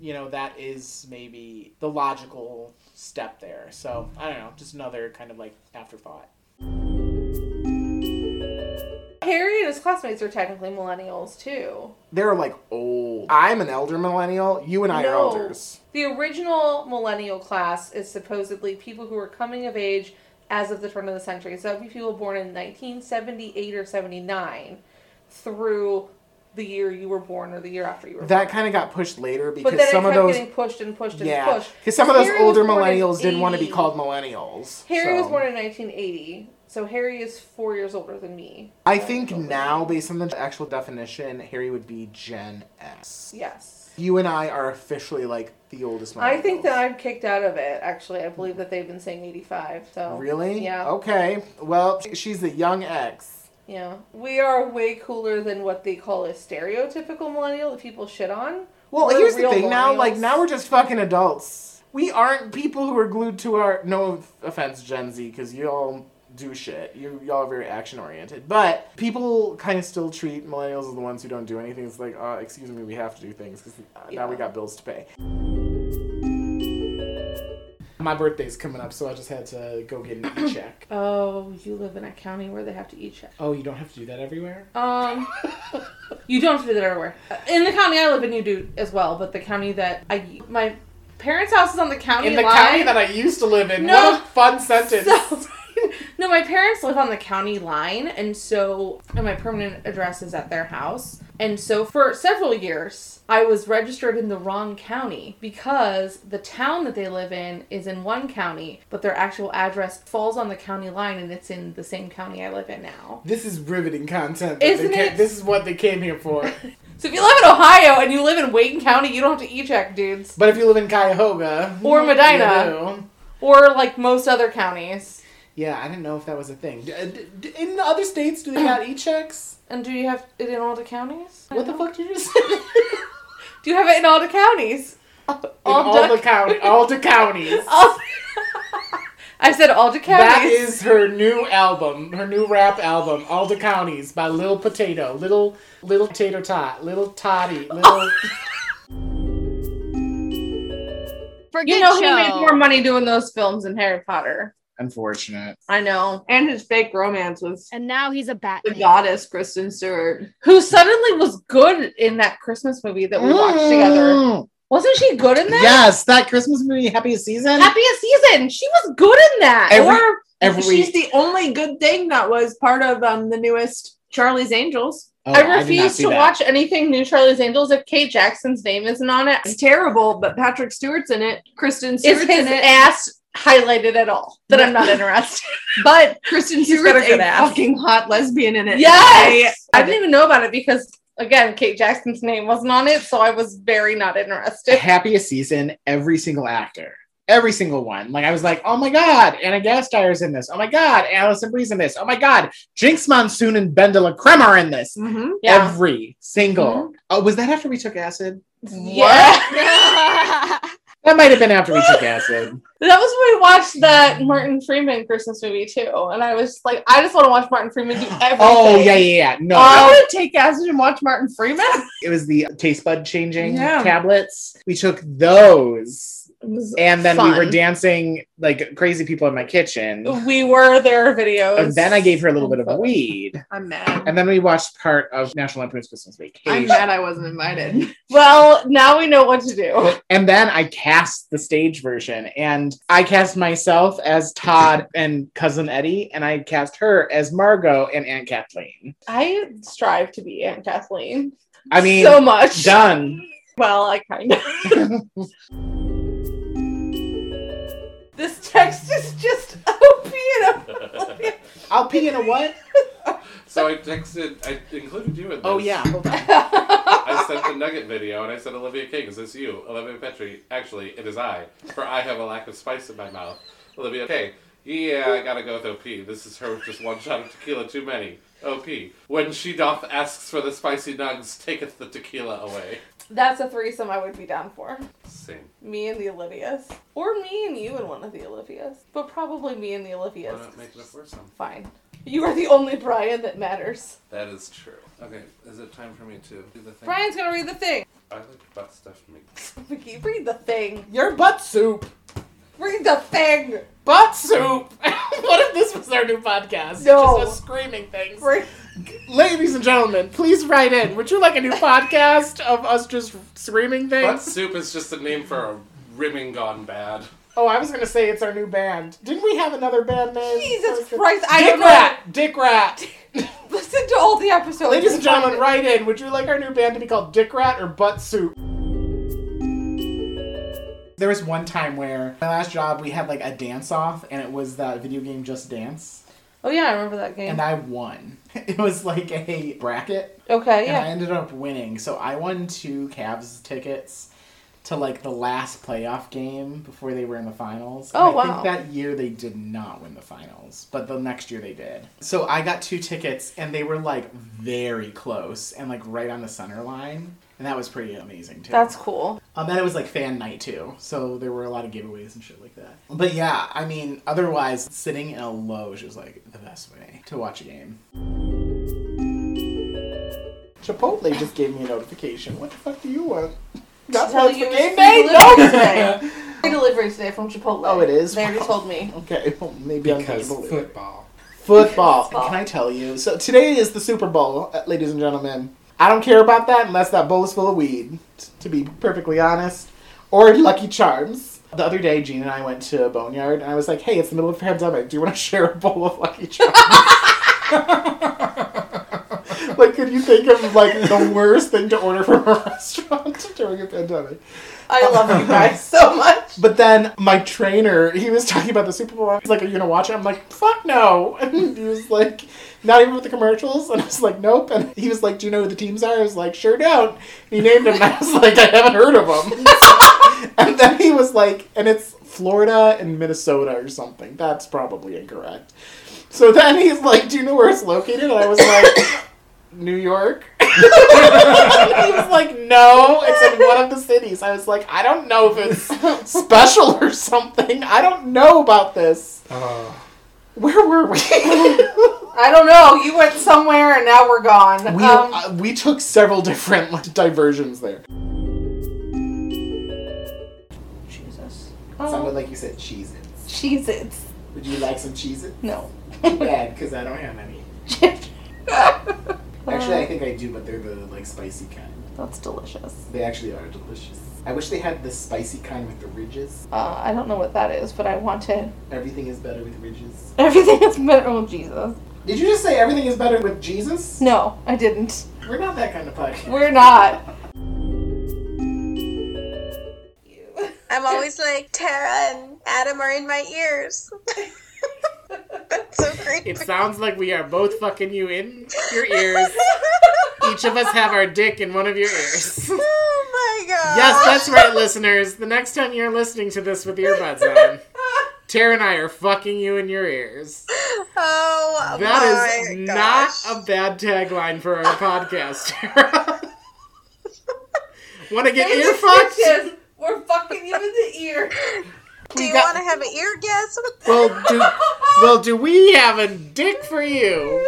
Speaker 1: you know that is maybe the logical step there. So I don't know, just another kind of like afterthought.
Speaker 2: Harry and his classmates are technically millennials too.
Speaker 1: They're like old. I'm an elder millennial. You and I are
Speaker 2: No.
Speaker 1: elders.
Speaker 2: The original millennial class is supposedly people who were coming of age as of the turn of the century. So that would be people born in 1978 or 79 through the year you were born or the year after you were
Speaker 1: That
Speaker 2: born.
Speaker 1: kind of got pushed later because
Speaker 2: But then
Speaker 1: some
Speaker 2: it
Speaker 1: of
Speaker 2: kept
Speaker 1: those
Speaker 2: getting pushed and pushed and
Speaker 1: yeah,
Speaker 2: pushed.
Speaker 1: because some of those
Speaker 2: Harry was
Speaker 1: older
Speaker 2: born in
Speaker 1: millennials didn't want to be
Speaker 2: 80.
Speaker 1: called millennials.
Speaker 2: Harry was
Speaker 1: so.
Speaker 2: born in 1980, so Harry is four years older than me.
Speaker 1: I think now, based on the actual definition, Harry would be Gen X.
Speaker 2: Yes.
Speaker 1: You and I are officially like the oldest.
Speaker 2: I think that I'm kicked out of it. Actually, I believe that they've been saying 85. So
Speaker 1: Really?
Speaker 2: Yeah.
Speaker 1: Okay. Well, she's the young X.
Speaker 2: Yeah, we are way cooler than what they call a stereotypical millennial that people shit on.
Speaker 1: Well,
Speaker 2: We're
Speaker 1: here's the
Speaker 2: real
Speaker 1: thing. Now, like
Speaker 2: millennials.
Speaker 1: now we're just fucking adults. We aren't people who are glued to our. No offense, Gen Z, because you all do shit. You y'all are very action oriented, but people kind of still treat millennials as the ones who don't do anything. It's like, uh, excuse me, we have to do things because uh, now we got bills to pay. My birthday's coming up, so I just had to go get an e-check.
Speaker 2: Oh, you live in a county where they have to eat check.
Speaker 1: Oh, you don't have to do that everywhere.
Speaker 2: Um, you don't have to do that everywhere. Uh, In the county I live in, you do as well. But the county that I my parents' house is on the county
Speaker 1: In the
Speaker 2: line.
Speaker 1: county that I used to live in.
Speaker 2: No.
Speaker 1: What a fun sentence.
Speaker 2: So- no, my parents live on the county line, and so and my permanent address is at their house. And so for several years, I was registered in the wrong county because the town that they live in is in one county, but their actual address falls on the county line, and it's in the same county I live in now.
Speaker 1: This is riveting content. that
Speaker 2: Isn't
Speaker 1: they ca-
Speaker 2: it?
Speaker 1: This is what they came here for.
Speaker 2: So if you live in Ohio and you live in Wayne County, you don't have to e-check, dudes,
Speaker 1: But if you live in Cuyahoga
Speaker 2: Or Medina.
Speaker 1: you do.
Speaker 2: or like most other counties.
Speaker 1: yeah, I didn't know if that was a thing. D- d- d- In the other states, do they got e-checks?
Speaker 2: And do you have it in all the counties?
Speaker 1: What the fuck did you just say?
Speaker 2: Do you have it in all the counties?
Speaker 1: In
Speaker 2: All
Speaker 1: all the
Speaker 2: duck-
Speaker 1: county, all the counties.
Speaker 2: All- Oh. I said all the counties.
Speaker 1: That is her new album, her new rap album, All the Counties by Lil Potato, Little Little Tater Tot, Little Toddy, Little.
Speaker 11: Forget
Speaker 6: You know
Speaker 11: Joe.
Speaker 6: he made more money doing those films than Harry Potter.
Speaker 1: Unfortunate.
Speaker 6: I know.
Speaker 12: And his fake romance with
Speaker 11: and now he's a bat.
Speaker 12: the goddess Kristen Stewart.
Speaker 6: Who suddenly was good in that Christmas movie that we watched together. Wasn't she good in that?
Speaker 5: Yes, that Christmas movie, Happiest Season.
Speaker 6: Happiest season. She was good in that.
Speaker 5: Every-
Speaker 6: or
Speaker 5: Every
Speaker 12: She's the only good thing that was part of um, the newest Charlie's Angels.
Speaker 5: Oh, did
Speaker 6: I
Speaker 5: not
Speaker 6: refuse
Speaker 5: see
Speaker 6: to
Speaker 5: that.
Speaker 6: watch anything new Charlie's Angels if Kate Jackson's name isn't on it.
Speaker 12: It's terrible, but Patrick Stewart's in it. Kristen
Speaker 6: Is
Speaker 12: Stewart's
Speaker 6: his
Speaker 12: in it.
Speaker 6: ass highlighted at all? That I'm not interested.
Speaker 12: But Kristen
Speaker 6: He's got
Speaker 12: Stewart's
Speaker 6: a good
Speaker 12: a
Speaker 6: ass.
Speaker 12: fucking hot lesbian in it.
Speaker 6: yes, I, didn't even know about it because again, Kate Jackson's name wasn't on it, so I was very not interested.
Speaker 5: happiest season, every single actor, every single one. Like I was like, oh my god, Anna Gasteyr's in this. Oh my god, Allison Bree's in this. Oh my god, Jinx Monsoon and Ben de la Creme are in this.
Speaker 12: Mm-hmm.
Speaker 6: Yeah.
Speaker 5: Every single.
Speaker 1: Mm-hmm.
Speaker 5: Oh, was that after we took acid?
Speaker 6: Yeah.
Speaker 5: That might have been after we took acid.
Speaker 6: That was when we watched that Martin Freeman Christmas movie too, and I was just like, I just want to watch Martin Freeman do everything. Um,
Speaker 5: Oh yeah, yeah, yeah. No,
Speaker 1: Oh.
Speaker 6: I'm gonna take acid and watch Martin Freeman.
Speaker 5: it was the taste bud changing
Speaker 6: Yeah.
Speaker 5: tablets. We took those,
Speaker 6: It was
Speaker 5: and then we were
Speaker 6: fun.
Speaker 5: dancing like crazy people in my kitchen.
Speaker 6: We were their videos.
Speaker 5: And then I gave her a little bit of weed,
Speaker 12: I'm mad.
Speaker 5: and then we watched part of National Lampoon's Christmas
Speaker 12: I'm
Speaker 5: Vacation.
Speaker 12: mad I wasn't invited.
Speaker 6: Well, now we know what to do.
Speaker 5: And then I cast the stage version, and I cast myself as Todd and cousin Eddie, and I cast her as Margot and Aunt Kathleen.
Speaker 6: I strive to be Aunt Kathleen.
Speaker 5: I mean,
Speaker 6: so much.
Speaker 5: done.
Speaker 6: Well, I kind of.
Speaker 2: This text is just opiate.
Speaker 1: I'll pee in a what?
Speaker 9: so I texted, I included you in this.
Speaker 1: Oh yeah, hold on.
Speaker 9: I sent the Nugget video and I said, Olivia King, is this you? Olivia Petrie, actually, it is I, for I have a lack of spice in my mouth. Olivia King, yeah, I gotta go with OP. This is her with just one shot of tequila too many. OP. When she doth asks for the spicy nugs, taketh the tequila away.
Speaker 2: That's a threesome I would be down for.
Speaker 9: Same.
Speaker 2: Me and the Olivias. Or me and you and one of the Olivias. But probably me and the
Speaker 9: Why
Speaker 2: Olivias.
Speaker 9: not make it a foursome?
Speaker 2: Fine. You are the only Brian that matters.
Speaker 9: That is true. Okay, is it time for me to do the thing?
Speaker 2: Brian's gonna read the thing.
Speaker 9: I like butt stuff me.
Speaker 2: Mickey, read the thing.
Speaker 1: Your butt soup.
Speaker 2: Read the thing.
Speaker 1: Butt soup. what if this was our new podcast?
Speaker 2: No.
Speaker 1: Just us screaming things.
Speaker 2: Read-
Speaker 1: Ladies and gentlemen, please write in. Would you like a new podcast of us just screaming
Speaker 9: Butt
Speaker 1: things?
Speaker 9: soup is just a name for a rimming gone bad.
Speaker 1: Oh, I was gonna say it's our new band. Didn't we have another band name?
Speaker 2: Jesus Christ, I
Speaker 1: Dick
Speaker 2: don't
Speaker 1: Rat. Dick Rat.
Speaker 2: know. Listen to all the episodes.
Speaker 1: Ladies and gentlemen, write in. Would you like our new band to be called Dick Rat or Butt Soup? There was one time where my last job we had like a dance off, and it was that video game Just Dance,
Speaker 2: Oh yeah, I remember that game.
Speaker 1: and I won. It was like a bracket,
Speaker 2: okay,
Speaker 1: and I
Speaker 2: yeah.
Speaker 1: ended up winning. So I won two Cavs tickets
Speaker 5: to like the last playoff game before they were in the finals.
Speaker 2: Oh,
Speaker 5: And I
Speaker 2: wow.
Speaker 5: think that year they did not win the finals, but the next year they did. So I got two tickets and they were like very close and like right on the center line. And that was pretty amazing too.
Speaker 2: That's cool.
Speaker 5: Um, and it was like fan night too, so there were a lot of giveaways and shit like that. But yeah, I mean, otherwise, sitting in a loge is like the best way to watch a game. Chipotle just gave me a notification. What the fuck do you want? That's
Speaker 2: Tell
Speaker 5: what
Speaker 2: you
Speaker 5: the
Speaker 2: it's
Speaker 5: game day?
Speaker 2: delivery
Speaker 5: No.
Speaker 2: Free delivery today from Chipotle.
Speaker 5: Oh, it is?
Speaker 2: They already
Speaker 5: Wow. Oh,
Speaker 2: told me.
Speaker 5: okay, well, maybe
Speaker 13: Because
Speaker 5: I'm Chipotle.
Speaker 13: football.
Speaker 5: Football.
Speaker 2: Football.
Speaker 5: And can I tell you? So today is the Super Bowl, uh, ladies and gentlemen. I don't care about that unless that bowl is full of weed, t- to be perfectly honest, or Lucky Charms. The other day, Gene and I went to Boneyard, and I was like, "Hey, it's the middle of a pandemic. Do you want to share a bowl of Lucky Charms?" like, could you think of like the worst thing to order from a restaurant during a pandemic?
Speaker 2: I love you guys so much.
Speaker 5: But then my trainer, he was talking about the Super Bowl. He's like, "Are you gonna watch it?" I'm like, "Fuck no!" And he was like, "Not even with the commercials." And I was like, "Nope." And he was like, "Do you know who the teams are?" I was like, "Sure don't." And he named them, and I was like, "I haven't heard of them." and then he was like, "And it's Florida and Minnesota or something." That's probably incorrect. So then he's like, "Do you know where it's located?" And I was like, "New York." he was like, no, it's in one of the cities. I was like, I don't know if it's special or something. I don't know about this.
Speaker 13: Uh,
Speaker 5: Where were we?
Speaker 2: I don't know. You went somewhere and now we're gone.
Speaker 5: we,
Speaker 2: um,
Speaker 5: uh, we took several different like, diversions there.
Speaker 2: Jesus.
Speaker 5: Sounded like you said cheese its
Speaker 2: Oh. Cheez Its.
Speaker 5: Would you like some cheese it?
Speaker 2: No.
Speaker 5: Bad, because I don't have any. Actually,
Speaker 2: Uh.
Speaker 5: I think I do, but they're the like spicy kind.
Speaker 2: That's delicious.
Speaker 5: They actually are delicious. I wish they had the spicy kind with the ridges.
Speaker 2: Uh, I don't know what that is, but I want it.
Speaker 5: Everything is better with ridges.
Speaker 2: Everything is better. Oh, Jesus.
Speaker 5: Did you just say everything is better with Jesus?
Speaker 2: No, I didn't.
Speaker 5: We're not that kind of podcast.
Speaker 2: We're not.
Speaker 4: I'm always like, Tara and Adam are in my ears. That's so creepy.
Speaker 1: It sounds like we are both fucking you in your ears. Each of us have our dick in one of your ears.
Speaker 4: oh my god.
Speaker 1: Yes, that's right, listeners. The next time you're listening to this with earbuds on, Tara and I are fucking you in your ears.
Speaker 4: Oh
Speaker 1: That
Speaker 4: my
Speaker 1: is
Speaker 4: gosh.
Speaker 1: not a bad tagline for our podcast. Tara. Want to get ear fucked?
Speaker 2: Bitches, We're fucking you in the ear.
Speaker 4: Do you want to have an eargasm?
Speaker 1: Well, do well, do we have a dick for you?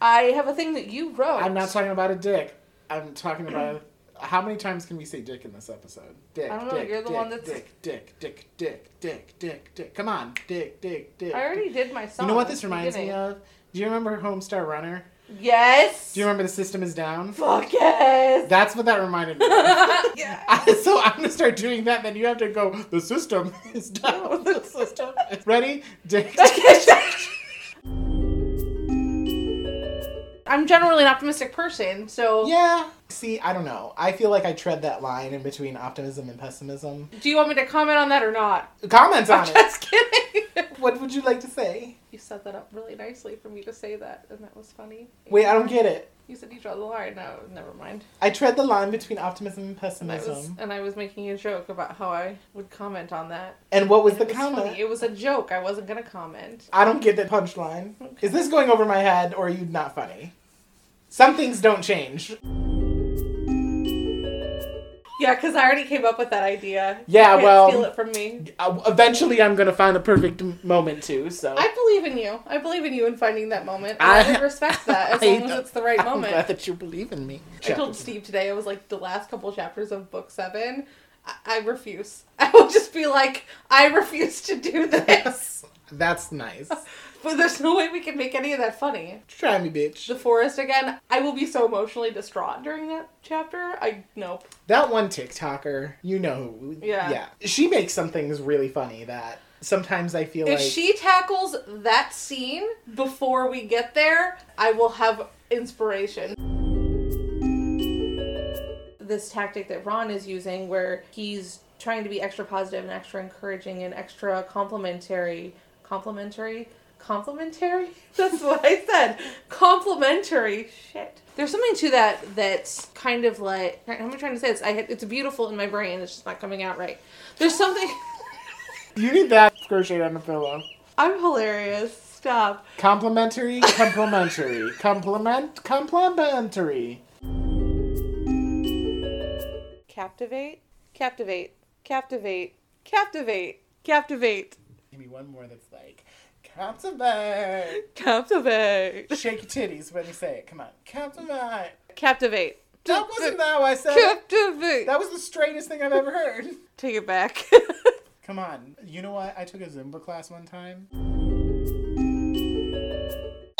Speaker 2: I have a thing that you wrote.
Speaker 5: I'm not talking about a dick. I'm talking about how many times can we say dick in this episode? Dick.
Speaker 2: I don't know,
Speaker 5: Dick,
Speaker 2: you're the
Speaker 5: dick,
Speaker 2: one that's-
Speaker 5: dick, dick, dick, dick, dick, dick, dick. Come on, dick, dick, dick.
Speaker 2: I already
Speaker 5: dick.
Speaker 2: did my song.
Speaker 5: You know what
Speaker 2: at
Speaker 5: this
Speaker 2: the
Speaker 5: reminds me
Speaker 2: beginning.
Speaker 5: of? Do you remember Homestar Runner?
Speaker 2: Yes.
Speaker 5: Do you remember the system is down?
Speaker 2: Fuck yes.
Speaker 5: That's what that reminded me. Of.
Speaker 2: yeah.
Speaker 5: so I'm gonna start doing that. Then you have to go. The system is down. The system. Is... Ready? Dick.
Speaker 2: I'm generally an optimistic person, so
Speaker 5: yeah. See, I don't know. I feel like I tread that line in between optimism and pessimism.
Speaker 2: do you want me to comment on that or not?
Speaker 5: Comments on it.
Speaker 2: Just kidding.
Speaker 5: What would you like to say?
Speaker 2: you set that up really nicely for me to say that, and that was funny.
Speaker 5: Wait, I don't get it.
Speaker 2: You said you draw the line. No, never mind.
Speaker 5: I tread the line between optimism and
Speaker 2: And I was
Speaker 5: pessimism.
Speaker 2: and I was making a joke about how I would comment on that.
Speaker 5: And what was the
Speaker 2: It was
Speaker 5: comment?
Speaker 2: funny. It was a joke. I wasn't gonna comment.
Speaker 5: I don't get the punchline. Is this going over my head or are you not funny? Some things don't change.
Speaker 2: Yeah, because I already came up with that idea.
Speaker 5: Yeah,
Speaker 2: You can't
Speaker 5: well-
Speaker 2: steal it from me.
Speaker 5: Uh, Eventually, I'm going to find the perfect m- moment too. So
Speaker 2: I believe in you. I believe in you in finding that moment. and
Speaker 5: I-
Speaker 2: I, would respect that as
Speaker 5: I-
Speaker 2: long as it's the right
Speaker 5: I'm
Speaker 2: moment.
Speaker 5: glad that you believe in me.
Speaker 2: I told Steve today, I was like, the last couple chapters of book seven, I, I refuse. I will just be like, I refuse to do this.
Speaker 5: That's nice.
Speaker 2: but there's no way we can make any of that funny.
Speaker 5: Try me, bitch.
Speaker 2: The forest again, I will be so emotionally distraught during that chapter. I, nope.
Speaker 5: That one TikToker, you know who.
Speaker 2: Yeah.
Speaker 5: Yeah. She makes some things really funny that sometimes I feel
Speaker 2: If
Speaker 5: like.
Speaker 2: she tackles that scene before we get there, I will have inspiration. This tactic that Ron is using, where he's trying to be extra positive and extra encouraging and extra complimentary, complimentary, complimentary. That's what I said. Complimentary. Shit. There's something to that that's kind of like how am I trying to say this? I had, it's beautiful in my brain. It's just not coming out right. There's something.
Speaker 1: You need that crochet on the pillow.
Speaker 2: I'm hilarious. Stop.
Speaker 1: Complimentary, complimentary, compliment, complimentary.
Speaker 2: Captivate. Captivate. Captivate. Captivate. Captivate.
Speaker 1: Give me one more that's like, captivate.
Speaker 2: Captivate.
Speaker 1: Shake your titties when you say it. Come on, captivate.
Speaker 2: Captivate.
Speaker 1: That wasn't how I said it.
Speaker 2: Captivate.
Speaker 1: That was the straightest thing I've ever heard.
Speaker 2: Take it back.
Speaker 1: Come on. You know what? I took a Zumba class one time.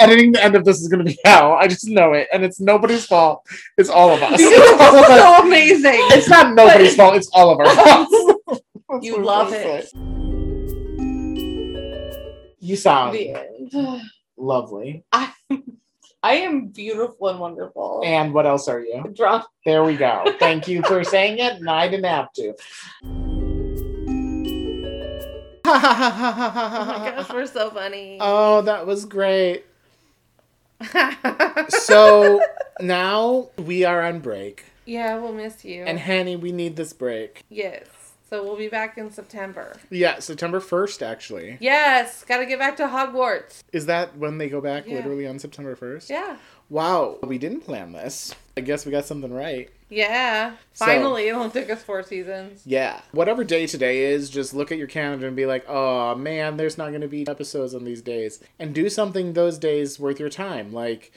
Speaker 1: Editing the end of this is going to be hell. I just know it. And it's nobody's fault. It's all of us. It's, all of us.
Speaker 6: so amazing.
Speaker 1: It's not nobody's fault. It's all of our faults. That's
Speaker 6: You
Speaker 1: what I'm
Speaker 6: love
Speaker 1: gonna
Speaker 6: it.
Speaker 1: say. You sound
Speaker 6: The end.
Speaker 1: lovely.
Speaker 6: I, I am beautiful and wonderful.
Speaker 1: And what else are you?
Speaker 6: Drunk.
Speaker 1: There we go. Thank you for saying it, and I didn't have to.
Speaker 2: oh my gosh, we're so funny.
Speaker 1: Oh, that was great. Uh, So now we are on break.
Speaker 2: yeah, we'll miss you.
Speaker 1: And Hanny, we need this break.
Speaker 2: yes. So we'll be back in September.
Speaker 1: Yeah, September 1st, actually.
Speaker 2: Yes, gotta get back to Hogwarts.
Speaker 1: Is that when they go back
Speaker 2: Yeah.
Speaker 1: literally on September 1st?
Speaker 2: Yeah.
Speaker 1: Wow, we didn't plan this. I guess we got something right.
Speaker 2: Yeah.
Speaker 1: So-
Speaker 2: Finally, it only took us four seasons.
Speaker 1: Yeah. Whatever day today is, just look at your calendar and be like, oh man, there's not going to be episodes on these days. And do something those days worth your time. Like,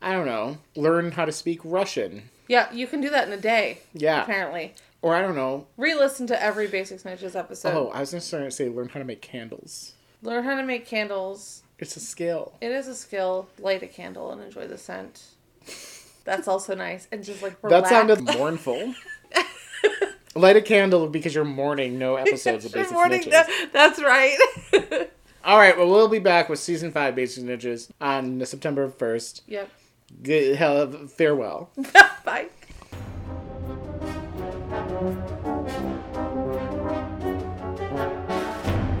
Speaker 1: I don't know, learn how to speak Russian.
Speaker 2: Yeah, you can do that in a day,
Speaker 1: Yeah.
Speaker 2: apparently.
Speaker 1: Or I don't know.
Speaker 2: Re listen to every Basic Snitches episode.
Speaker 1: Oh, I was just starting to say, learn how to make candles.
Speaker 2: Learn how to make candles.
Speaker 1: It's a skill.
Speaker 2: It is a skill. Light a candle and enjoy the scent. That's also nice. And just like
Speaker 1: That
Speaker 2: relax.
Speaker 1: sounded mournful. Light a candle because you're mourning no episodes of
Speaker 2: Good
Speaker 1: Basic
Speaker 2: morning.
Speaker 1: Snitches.
Speaker 2: Tha- That's right.
Speaker 1: All right, well, we'll be back with season five Basic Snitches on September 1st.
Speaker 2: yep.
Speaker 1: Good, hell, farewell.
Speaker 2: Bye.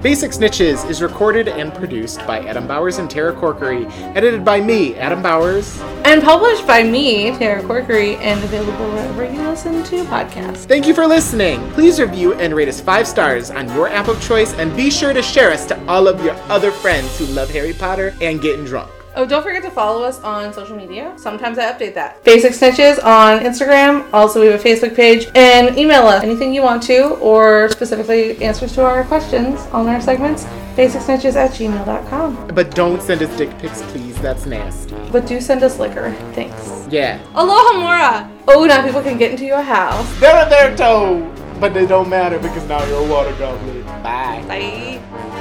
Speaker 1: Basic Snitches is recorded and produced by Adam Bowers and Tara Corkery, edited by me, Adam Bowers.
Speaker 2: And published by me, Tara Corkery, and available wherever you listen to podcasts.
Speaker 1: Thank you for listening. Please review and rate us five stars on your app of choice, and be sure to share us to all of your other friends who love Harry Potter and getting drunk.
Speaker 2: Oh, don't forget to follow us on social media. Sometimes I update that. Basic Snitches on Instagram. Also, we have a Facebook page. And email us anything you want to, or specifically answers to our questions on our segments. BasicSnitches at gmail.com.
Speaker 1: But don't send us dick pics, please. That's nasty.
Speaker 2: But do send us liquor. Thanks.
Speaker 1: Yeah.
Speaker 2: Aloha Mora! Oh, now people can get into your house.
Speaker 1: They're on their toe, but they don't matter because now you're a water goblin. Bye.
Speaker 2: Bye.